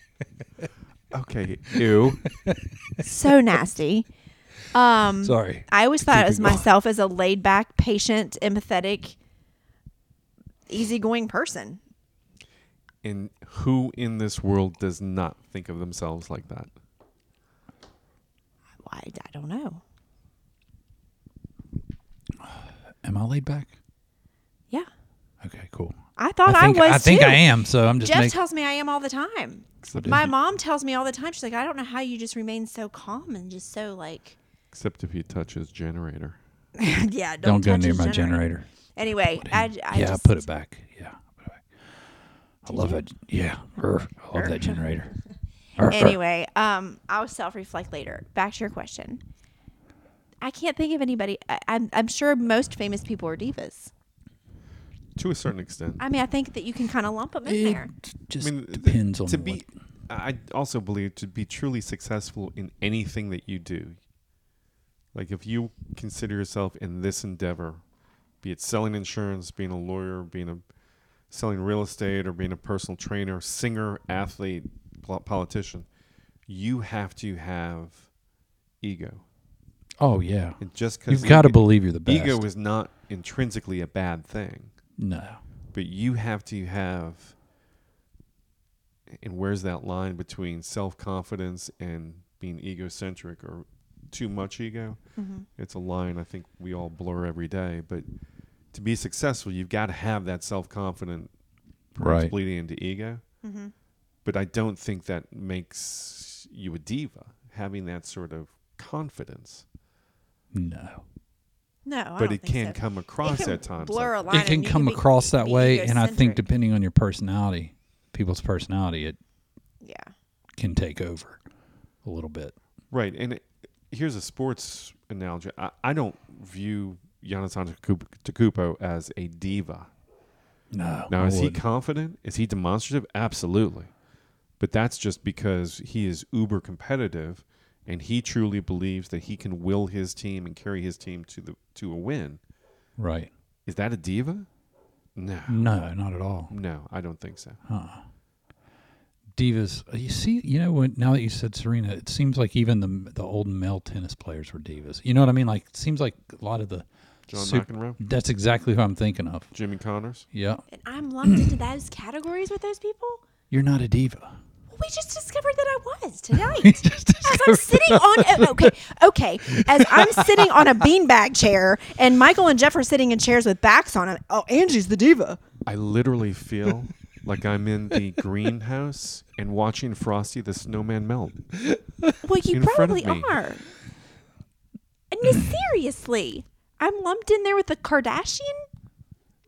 Okay. Ew.
so nasty. Um,
Sorry.
I always thought
Keep
it was
it going.
myself as a laid back, patient, empathetic, easygoing person.
<laughs> and who in this world does not think of themselves like that?
Why? I don't know.
Am I laid back?
Yeah.
Okay, cool.
I thought Oh, I,
think,
was
I think
too.
I am, so I'm just
Jeff
making.
tells me I am all the time.
Except,
My mom tells me all the time. She's like, I don't know how you just remain so calm and just
<laughs>
so like,
except if you touch his generator.
yeah,
Don't,
don't,
go
touch
near
his
my generator.
Anyway, I, I
yeah,
just,
I put it back. Yeah. I put it back. I love that. Yeah. Urgh. I love that generator. Urgh, urgh.
<laughs> Anyway, um, I'll self reflect later. Back to your question. I can't think of anybody. I, I'm, I'm sure most famous people are divas.
To a certain extent.
I mean, I think that you can kind of lump them in there.
It just
I mean, th-
depends on
to
what-
be. I also believe to be truly successful in anything that you do. Like if you consider yourself in this endeavor, be it selling insurance, being a lawyer, being a selling real estate, or being a personal trainer, singer, athlete, pol- politician, you have to have ego.
Oh yeah.
And just because
You've got to believe you're the best.
ego is not intrinsically a bad thing,
no.
but you have to have. And where's that line between self confidence and being egocentric or too much ego?
Mm-hmm.
It's a line I think we all blur every day. But to be successful, you've got to have that self confident,
Right.
bleeding into ego.
Mm-hmm.
But I don't think that makes you a diva having that sort of confidence.
No.
No, I
but
don't
it
think
can
so. <laughs>
come across
It can
at times.
blur
like
a
that.
line
it can
and you
come
be-
across that
be
way, and I think
egocentric.
depending on your personality, people's personality, it
yeah,
can take over a little bit.
Right. And it, here's a sports analogy. I, I don't view Giannis Antetokounmpo as a diva.
No.
Now,
I
is he
wouldn't.
confident? Is he demonstrative? Absolutely. But that's just because he is uber competitive and he truly believes that he can will his team and carry his team to the to a win.
right?
Is that a diva? No.
No, not at all.
No, I don't think so.
Divas. You see, you know, when now that you said Serena, it seems like even the the old male tennis players were divas. You know what I mean? Like, it seems like a lot of the
John
sup-
McEnroe?
That's exactly who I'm thinking of.
Jimmy Connors?
Yeah,
and I'm lumped into those categories with those people.
you're not a diva.
Well, we just discovered that I
<laughs>
was tonight. as I'm sitting on a- okay, okay, as I'm sitting on a beanbag chair, and Michael and Jeff are sitting in chairs with backs on them. Oh, Angie's the diva.
I literally <laughs> feel like I'm in the <laughs> greenhouse and watching Frosty the Snowman melt.
Well, you
In front of
probably
me.
are. And seriously, I'm lumped in there with the Kardashian.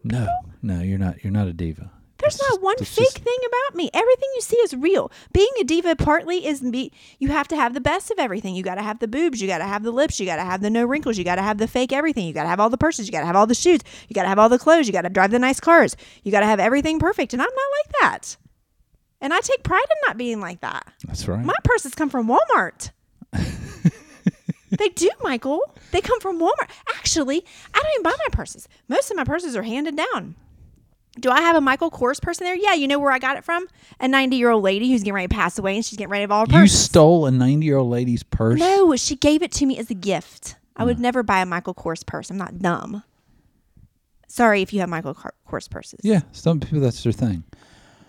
No, no, you're not. You're not a diva.
There's
It's
not
just-
one
it's
fake
just-
thing about me. Everything you see is real. Being a diva partly is me. You have to have the best of everything. You got to have the boobs. You got to have the lips. You got to have the no wrinkles. You got to have the fake everything. You got to have all the purses. You got to have all the shoes. You got to have all the clothes. You got to drive the nice cars. You got to have everything perfect. And I'm not like that. And I take pride in not being like that.
That's right.
My purses come from Walmart. they do, Michael. They come from Walmart. Actually, I don't even buy my purses. Most of my purses are handed down. Do I have a Michael Kors person there? Yeah, you know where I got it from? A 90 year old lady who's getting ready to pass away and she's getting rid of all her
you
purses.
stole a 90 year old lady's purse.
no, she gave it to me as a gift. I would never buy a Michael Kors purse. I'm not dumb. Sorry if you have Michael Kor- Kors purses.
Yeah, some people that's their thing.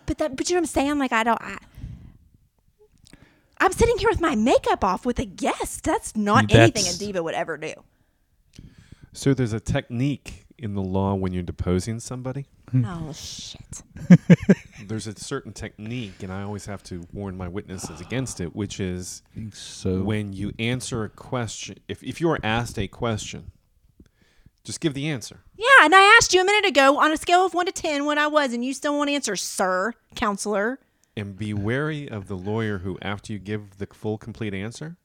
But that, but you know what I'm saying? Like I don't. I, I'm sitting here with my makeup off with a guest. That's not anything
That's-
a diva would ever do.
So there's a technique in the law when you're deposing somebody.
oh shit!
There's a certain technique, and I always have to warn my witnesses against it, which is
So
when you answer a question. If, if you're asked a question, just give the answer.
Yeah, and I asked you a minute ago on a scale of one to ten what I was, and you still won't answer, sir, counselor.
And be wary of the lawyer who, after you give the full, complete answer,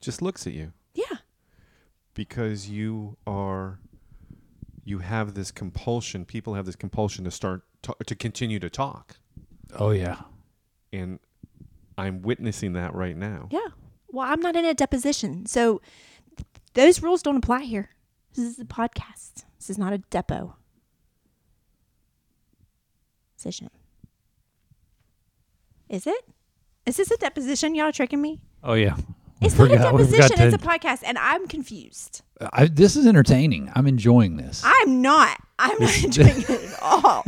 just looks at you.
Yeah,
because you are you have this compulsion people have this compulsion to start to, to continue to talk
oh yeah,
and i'm witnessing that right now
yeah. Well, I'm not in a deposition, so th- those rules don't apply here. This is a podcast. This is not a depot. Position. Is it? Is this a deposition? Y'all tricking me?
oh yeah.
It's
We
not a
forgot- we
deposition.
forgot
It's a
to-
podcast, and I'm confused.
I- this is entertaining. I'm enjoying this.
I'm not. I'm
<laughs>
not <laughs> enjoying it at all.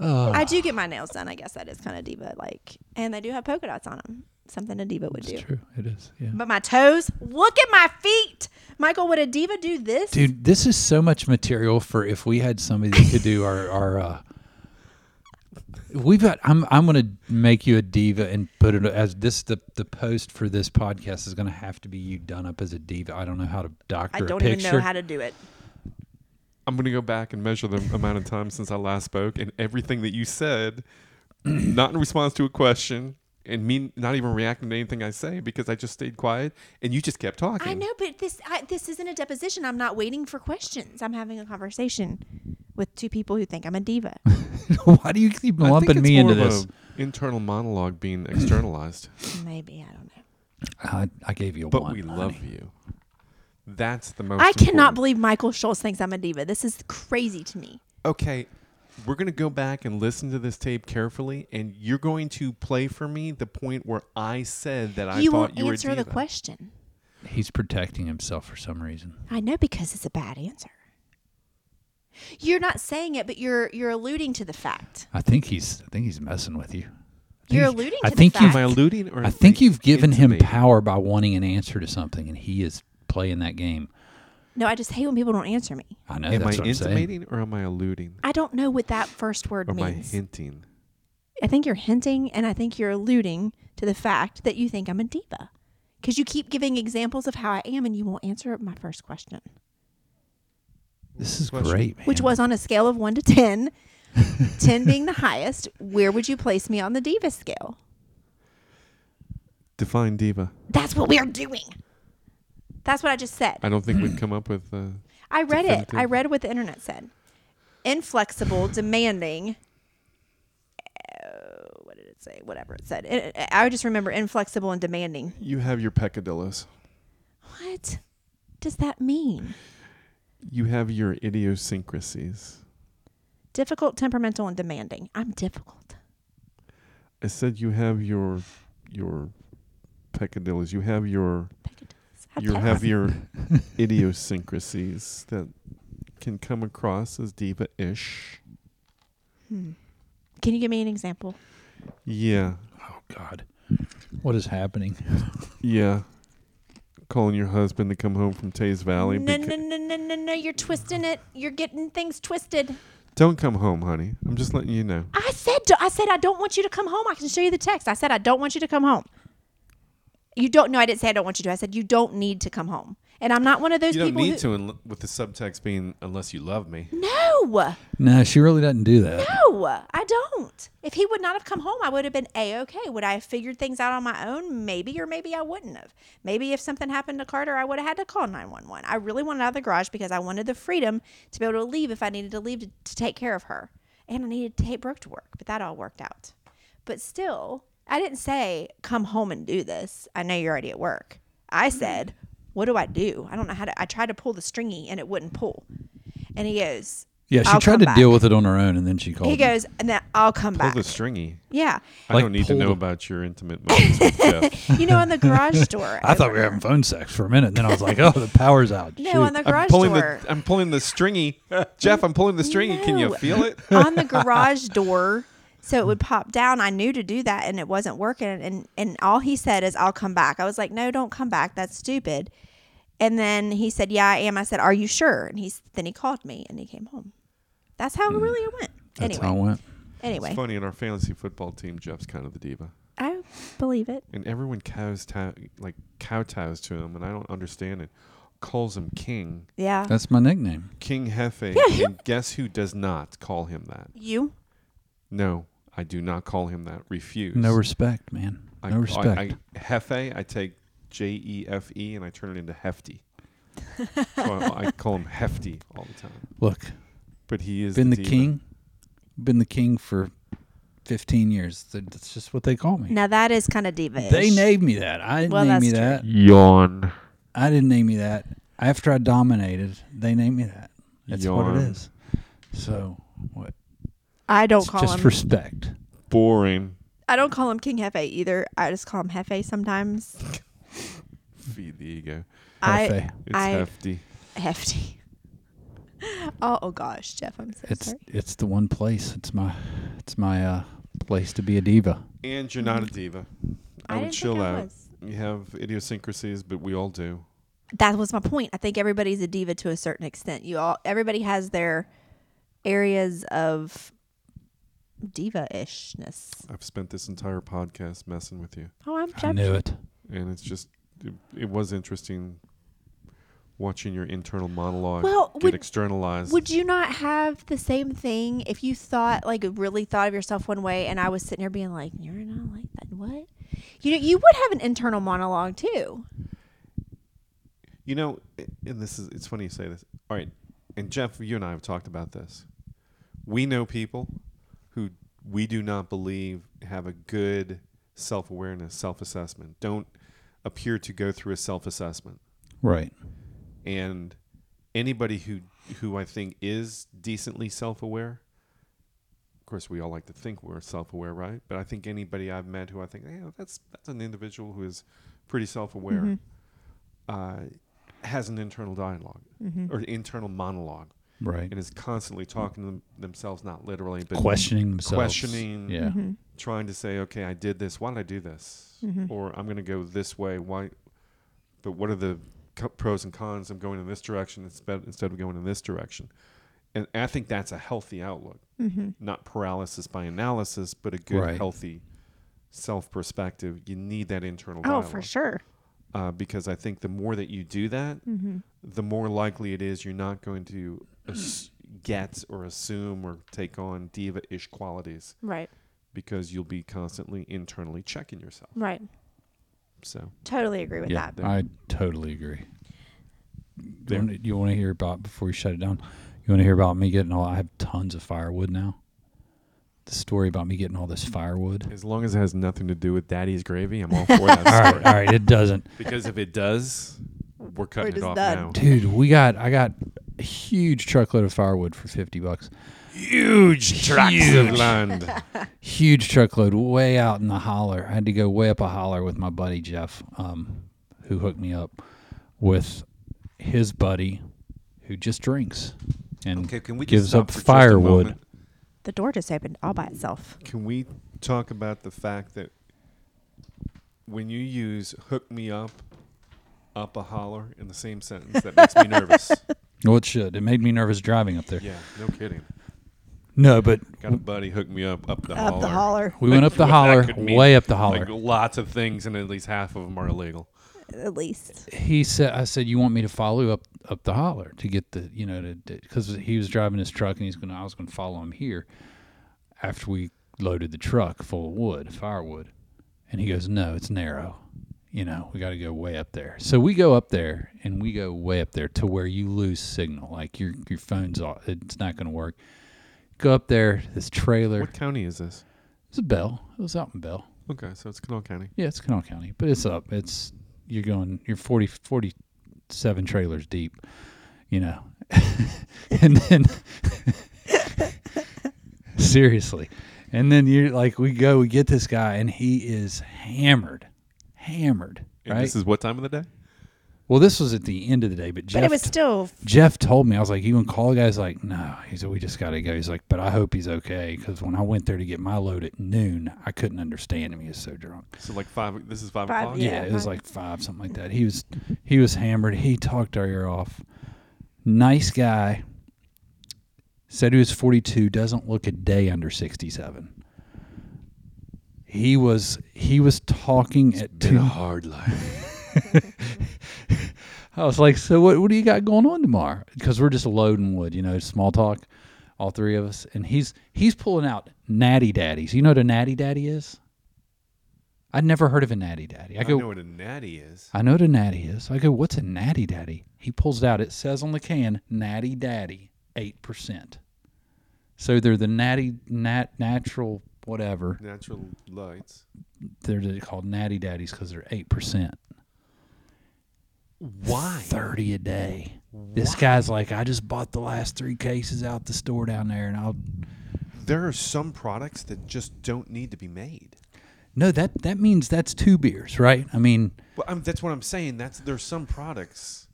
I do get my nails done. I guess that is kind of diva like, and they do have polka dots on them. Something a diva would do.
It's true. It is. Yeah.
But my toes. Look at my feet, Michael. Would a diva do this?
Dude, this is so much material for if we had somebody that could do
<laughs>
our our. Uh, we've got. I'm I'm gonna make you a diva and put it as this the the post for this podcast is gonna have to be you done up as a diva. I don't know how to doctor
I don't
a
even
picture.
know how to do it.
i'm going to go back and measure the amount of time since i last spoke and everything that you said <clears throat> not in response to a question and me not even reacting to anything i say because i just stayed quiet and you just kept talking
I know, but this I, this isn't a deposition. I'm not waiting for questions. I'm having a conversation with two people who think I'm a
<laughs>
diva.
<laughs> Why do you keep
I think
lumping
it's
me
more
into
of
this?
a internal monologue being
<clears throat>
externalized
Maybe I don't know.
I, I gave you a
but
one.
we
honey.
love you that's the most
I cannot
important.
believe Michael Schultz thinks I'm a diva. This is crazy to me.
okay, we're going to go back and listen to this tape carefully, and you're going to play for me the point where I said that I
you
thought
won't
you were a
answer the
diva.
question.
He's protecting himself for some reason.
I know because it's a bad answer. You're not saying it, but you're you're alluding to the fact.
I think he's I think he's messing with you. I think
You're
he's-
alluding
I
to the
think
Am I
fact.
alluding? Or
I think you've given him
intimating?
power by wanting an answer to something, and he is playing that game.
No, I just hate when people don't answer me.
I know
Am I
that's what I'm saying.
intimating or am I alluding?
I don't know what that first word
Or am I
means.
hinting?
I think you're hinting and I think you're alluding to the fact that you think I'm a diva. Because you keep giving examples of how I am and you won't answer my first question,
This is
Question.
great, man.
which was on a scale of 1 to 10, <laughs> 10 being the highest. Where would you place me on the diva scale?
Define diva.
That's what we are doing. That's what I just said.
I don't think we'd come up with. Uh,
I read it. I
definitive.
read what the internet said. Inflexible, <laughs> demanding. Uh, what did it say? Whatever it said. It, it- I just remember inflexible and demanding.
you have your peccadillos.
What does that mean?
You have your idiosyncrasies.
Difficult, temperamental, and demanding. I'm difficult.
I said you have your your peccadillos. You have your
Peccadillos. How
you
dare
have
I? <laughs>
your idiosyncrasies that can come across as diva-ish.
Hmm. Can you give me an example?
Yeah,
Oh God, what is happening?
yeah. Calling your husband to come home from Tays Valley.
no,
beca-
no, no, no, no, no. You're twisting it. You're getting things twisted.
Don't come home, honey. I'm just letting you know.
I said, do- I said, I don't want you to come home. I can show you the text. I said, I don't want you to come home. You don't. No, I didn't say I don't want you to. I said you don't need to come home. And I'm not one of those
You don't
people.
need
who,
to, unl- with the subtext being "unless you love me."
No,
No, she really doesn't do that.
no, I don't. If he would not have come home, I would have been a okay. Would I have figured things out on my own? Maybe, or maybe I wouldn't have. Maybe if something happened to Carter, I would have had to call nine one one. I really wanted out of the garage because I wanted the freedom to be able to leave if I needed to leave to, to take care of her, and I needed to take Brooke to work. But that all worked out. But still, I didn't say, come home and do this. I know you're already at work. I
Mm-hmm.
said, what do I do? I don't know how to. I tried to pull the stringy and it wouldn't pull. And he goes,
Yeah, she
"I'll
tried
come
to
back."
deal with it on her own, and then she called. you.
He goes, and then I'll come
Pull
back.
the stringy.
Yeah.
I
Like
don't need to
pull
know
the-
about
<laughs>
your intimate moments with Jeff.
You know, on the
<laughs>
garage door.
I thought we were
opener-
having phone sex for a minute, and then I was like, "Oh, the power's out."
<laughs> No,
Shoot.
on the
I'm
garage
pulling
door.
<laughs>
the I'm pulling
<laughs>
the stringy, Jeff. I'm pulling the stringy. Can you
No.
feel it?
on the garage door so it would pop down. I knew to do that and it wasn't working and and all he said is I'll come back. I was like, "No, don't come back. That's stupid." And then he said, "Yeah, I am." I said, "Are you sure?" And he's then he called me and he came home. That's how it really
Mm.
went.
That's
anyway.
how it went.
<laughs> Anyway.
It's funny in our fantasy football team, Jeff's kind of the diva,
I believe it.
and everyone cows ta- like kowtows to him, and I don't understand it. Calls him King,
Yeah.
That's my nickname.
King Hefe,
Yeah.
and guess who does not call him that?
you?
No, I do not call him that. Refuse.
No respect, man.
I,
No respect.
I, I, Hefe, I take J E F E and I turn it
<laughs>
into hefty. so I, I call him hefty all the time.
Look,
But he is
been the
diva.
king, been the king for fifteen years. Th- That's just what they call me.
Now that is kind of diva.
They named me that. I didn't
Well,
name
that's
me
true.
that.
Yawn.
I didn't name me that. After I dominated, they named me that. That's what it
Yarn.
is. So what?
I don't
it's
call
just
him
respect.
Boring.
I don't call him King Hefe either. I just call him Hefe sometimes.
Feed the ego.
I
Hefe.
It's
I-
hefty.
hefty. <laughs> Oh, oh gosh, Jeff, I'm so
it's
sorry.
it's the one place. It's my it's my uh, place to be a diva.
And you're not a diva. I, would
didn't
chill
think Mm. I
out.
was.
You have idiosyncrasies, but we all do.
That was my point. I think everybody's a diva to a certain extent. You all, everybody has their areas of diva-ishness.
I've spent this entire podcast messing with you,
Oh, I'm
I knew it.
and it's just it, it was interesting watching your internal monologue
Well,
get
would-
externalized.
Would you not have the same thing if you thought, like, really thought of yourself one way, and I was sitting here being like, "You're not like that." What? You know, you would have an internal monologue too.
You know, i- and this is it's funny you say this. All right. And Jeff, you and I have talked about this. We know people who we do not believe have a good self awareness, self assessment, don't appear to go through a self assessment.
Right.
And anybody who who I think is decently self aware course, we all like to think we're self-aware, right? But I think anybody I've met who I think, hey, that's that's an individual who is pretty self-aware, uh, has an internal dialogue or internal monologue,
Right.
and is constantly talking to them, themselves, not literally, but
Questioning themselves.
questioning,
Yeah.
Mm-hmm.
trying to say, okay, I did this. Why did I do this?
Mm-hmm.
Or I'm going to go this way. Why? But what are the co- pros and cons? I'm going in this direction instead instead of going in this direction. And I think that's a healthy outlook,
Mm-hmm.
not paralysis by analysis, but a good,
Right.
healthy self perspective. You need that internal
Oh,
dialogue
for sure.
uh, because I think the more that you do that,
Mm-hmm.
the more likely it is you're not going to as- get or assume or take on diva ish qualities
Right.
because you'll be constantly internally checking yourself.
Right.
So
Totally agree with
yeah,
that.
I totally agree. You
There.
wanna, you want to hear about before you shut it down? You want to hear about me getting all? I have tons of firewood now. The story about me getting all this
<laughs>
firewood.
as long as it has nothing to do with daddy's gravy, I'm all for <laughs> that
all right,
story.
all right. It doesn't,
Because if it does, we're cutting it
just
off
done.
now.
dude. We got I got a huge truckload of firewood for fifty bucks.
Huge tracts of
Huge.
land.
huge truckload way out in the holler. I had to go way up a holler with my buddy Jeff, um, who hooked me up with his buddy who just drinks and
<laughs> Okay, can we just
gives
stop
up
for just a
firewood.
moment?
The door just opened all by itself.
Can we talk about the fact that when you use hook me up, up a holler in the same sentence, that makes me nervous. <laughs>
Well, it should. It made me nervous driving up there.
Yeah, no kidding.
No, but
Got a buddy hook me up, up the
Up
holler.
the holler.
we went up the
What that
holler,
could mean.
way up the holler.
Like lots of things, and at least half of them are illegal.
At least.
he said, "I said you want me to follow you up up the holler to get the you know to because he was driving his truck and he's gonna I was gonna follow him here after we loaded the truck full of wood firewood, and he goes no it's narrow, you know we got to go way up there so we go up there and we go way up there to where you lose signal like your your phone's off it's not gonna work go up there this trailer
What county is this?
it's a bell it was out in Bell
Okay, so it's Kanawha County.
yeah, it's Kanawha County, but it's up. It's you're going you're 40, 47 trailers deep, you know, <laughs> and then <laughs> seriously, and then you're like, we go, we get this guy, and he is hammered, hammered,
And
right?
this is what time of the day?
well, this was at the end of the day, but Jeff,
But it was still
Jeff told me I was like, you and call the guys like, no, he said we just got to go. He's like, but I hope he's okay because when I went there to get my load at noon, I couldn't understand him. He was so drunk.
So like five. This is five,
Five,
o'clock.
Yeah,
Yeah,
it was
I-
like five, something like that. He was he was hammered. He talked our ear off. Nice guy. Said he was forty two, doesn't look a day under sixty seven. He was he was talking at
Been a
two.
hard life.
<laughs> I was like, so what what do you got going on tomorrow? Because we're just loading wood, you know, small talk, all three of us. And he's he's pulling out natty daddies. You know what a natty daddy is? I'd never heard of a natty daddy. I
I
go,
know what a natty is.
I know what a natty is. I go, what's a natty daddy? He pulls it out. It says on the can, natty daddy, 8%. So they're the natty, nat, natural, whatever.
Natural lights.
They're the- called natty daddies because they're 8%.
Why?
30 a day. This guy's like, I just bought the last three cases out the store down there, and I'll.
There are some products that just don't need to be made.
No, that that means that's two beers, right? I mean,
Well, I'm, that's what I'm saying. That's there's some products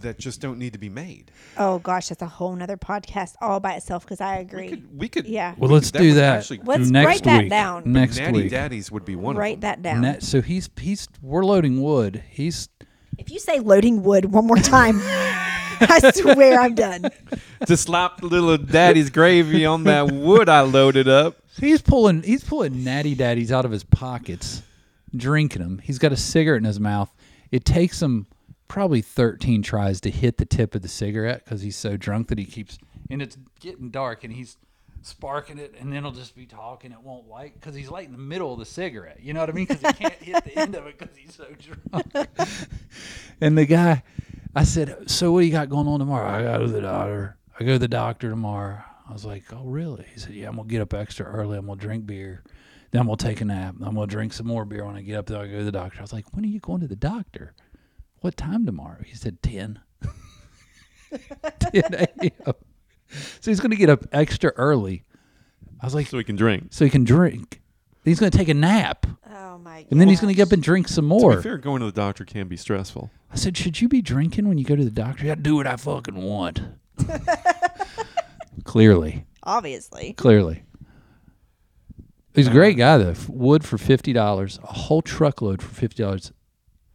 that just don't need to be made.
Oh gosh, that's a whole nother podcast all by itself because I agree.
We could, we could
Yeah.
well, let's
that
do
would
that.
actually-
Let's
next
write that
week.
down. But
Next
Natty
week.
Daddies would be one
Write
of them.
that down.
Na- so he's he's we're loading wood. He's
if you say loading wood one
<laughs>
more time, I swear I'm done.
<laughs> That. to slap little daddy's gravy
<laughs>
on that wood I loaded up.
He's pulling he's pulling natty daddies out of his pockets, drinking them. He's got a cigarette in his mouth. It takes him probably 13 tries to hit the tip of the cigarette because he's so drunk that he keeps and it's getting dark and he's sparking it and then he'll just be talking it won't light because he's lighting the middle of the cigarette you know what i mean because he can't hit the end of it because he's so <laughs> drunk and the guy i said so what do you got going on tomorrow i go to the doctor i go to the doctor tomorrow i was like oh really he said yeah i'm gonna get up extra early i'm gonna drink beer then i'm gonna take a nap i'm gonna drink some more beer when i get up there i go to the doctor i was like when are you going to the doctor what time tomorrow he said <laughs> 10 10 a.m so he's gonna get up extra early I was like,
so we can drink.
so he can drink. He's going to take a nap,
Oh my god.
and then he's going to get up and drink some
To
more.
be fair, going to the doctor can be stressful.
I said, should you be drinking when you go to the doctor? I do what I fucking want. <laughs> clearly,
obviously.
clearly. He's a great guy though. F- Wood for fifty dollars, a whole truckload for fifty dollars.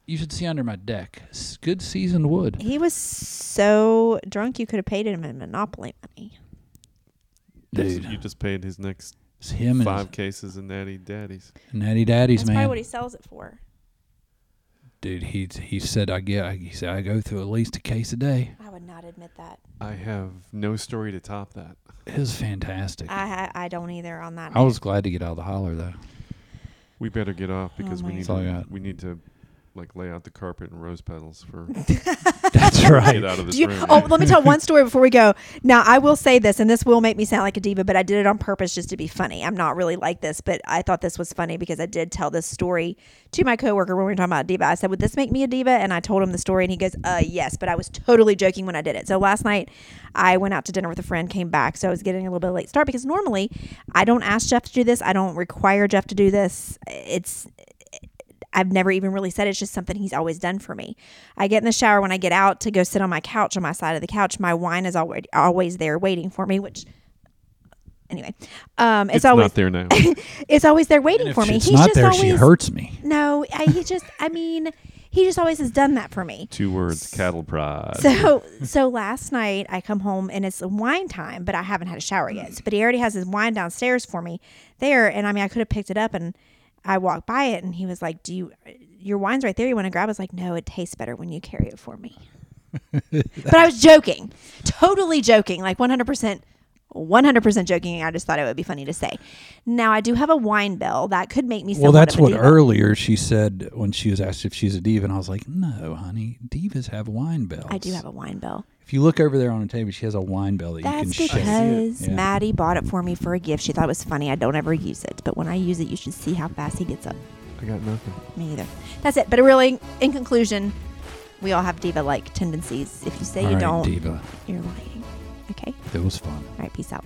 You should see under my deck. S- Good seasoned wood.
He was so drunk you could have paid him in Monopoly money.
You
Dude,
just paid his next
it's him and his
five cases of Natty Daddies.
Natty Daddies,
That's
man.
probably what he sells it for.
Dude, he he said I get. He said I go through at least a case a day.
I would not admit that.
I have no story to top that.
It was fantastic. I,
I I, I don't either on that.
was glad to get out of the holler
<laughs>
though.
We better get off because we
my
need
That's all I
to,
got.
we need to like lay out the carpet and rose petals
<laughs>
for
That's
get
right.
out of this
Do you,
room.
oh, let me
<laughs>
tell one story before we go. Now, I will say this, and this will make me sound like a diva, but I did it on purpose just to be funny. I'm not really like this, but I thought this was funny because I did tell this story to my coworker when we were talking about diva. I said, "Would this make me a diva?" And I told him the story, and he goes, "Uh, yes," but I was totally joking when I did it. So last night, I went out to dinner with a friend, came back, so I was getting a little bit of a late start because normally I don't ask Jeff to do this. I don't require Jeff to do this. It's I've never even really said it. It's just something he's always done for me. I get in the shower when I get out to go sit on my couch on my side of the couch. My wine is always always there waiting for me. Which, anyway, um, it's,
it's
always
not there now.
<laughs> it's always there waiting
If
for me.
it's not there, she hurts me.
No, I, he just. I mean, he just always has done that for me.
Two
<laughs>
words: cattle prod.
<laughs>
So so last night I come home and it's wine time, but I haven't had a shower yet.
Mm.
But he already has his wine downstairs for me there, and I mean I could have picked it up and I walked by it and he was like, "Do you your wine's right there? You want to grab?" it?" I was like, "No, it tastes better when you carry it
<laughs>
for me." but I was joking, totally joking, like one hundred percent. 100% joking. I just thought it would be funny to say. Now, I do have a wine bill. That could make me
Well,
somewhat
that's
of a
what
diva.
earlier she said when she was asked if she's a diva, and I was like, "No, honey, divas have wine bells."
I do have a wine bill.
If you look over there on the table, she has a wine bell that
That's
you can shake.
because
Yeah.
Maddie bought it for me for a gift. She thought it was funny. I don't ever use it, but when I use it, you should see how fast he gets up.
I got nothing.
Me either. That's it. But really, in conclusion, we all have diva-like tendencies. If you say
All
you
right,
don't,
diva.
you're lying. Okay.
It was fun.
All right. Peace out.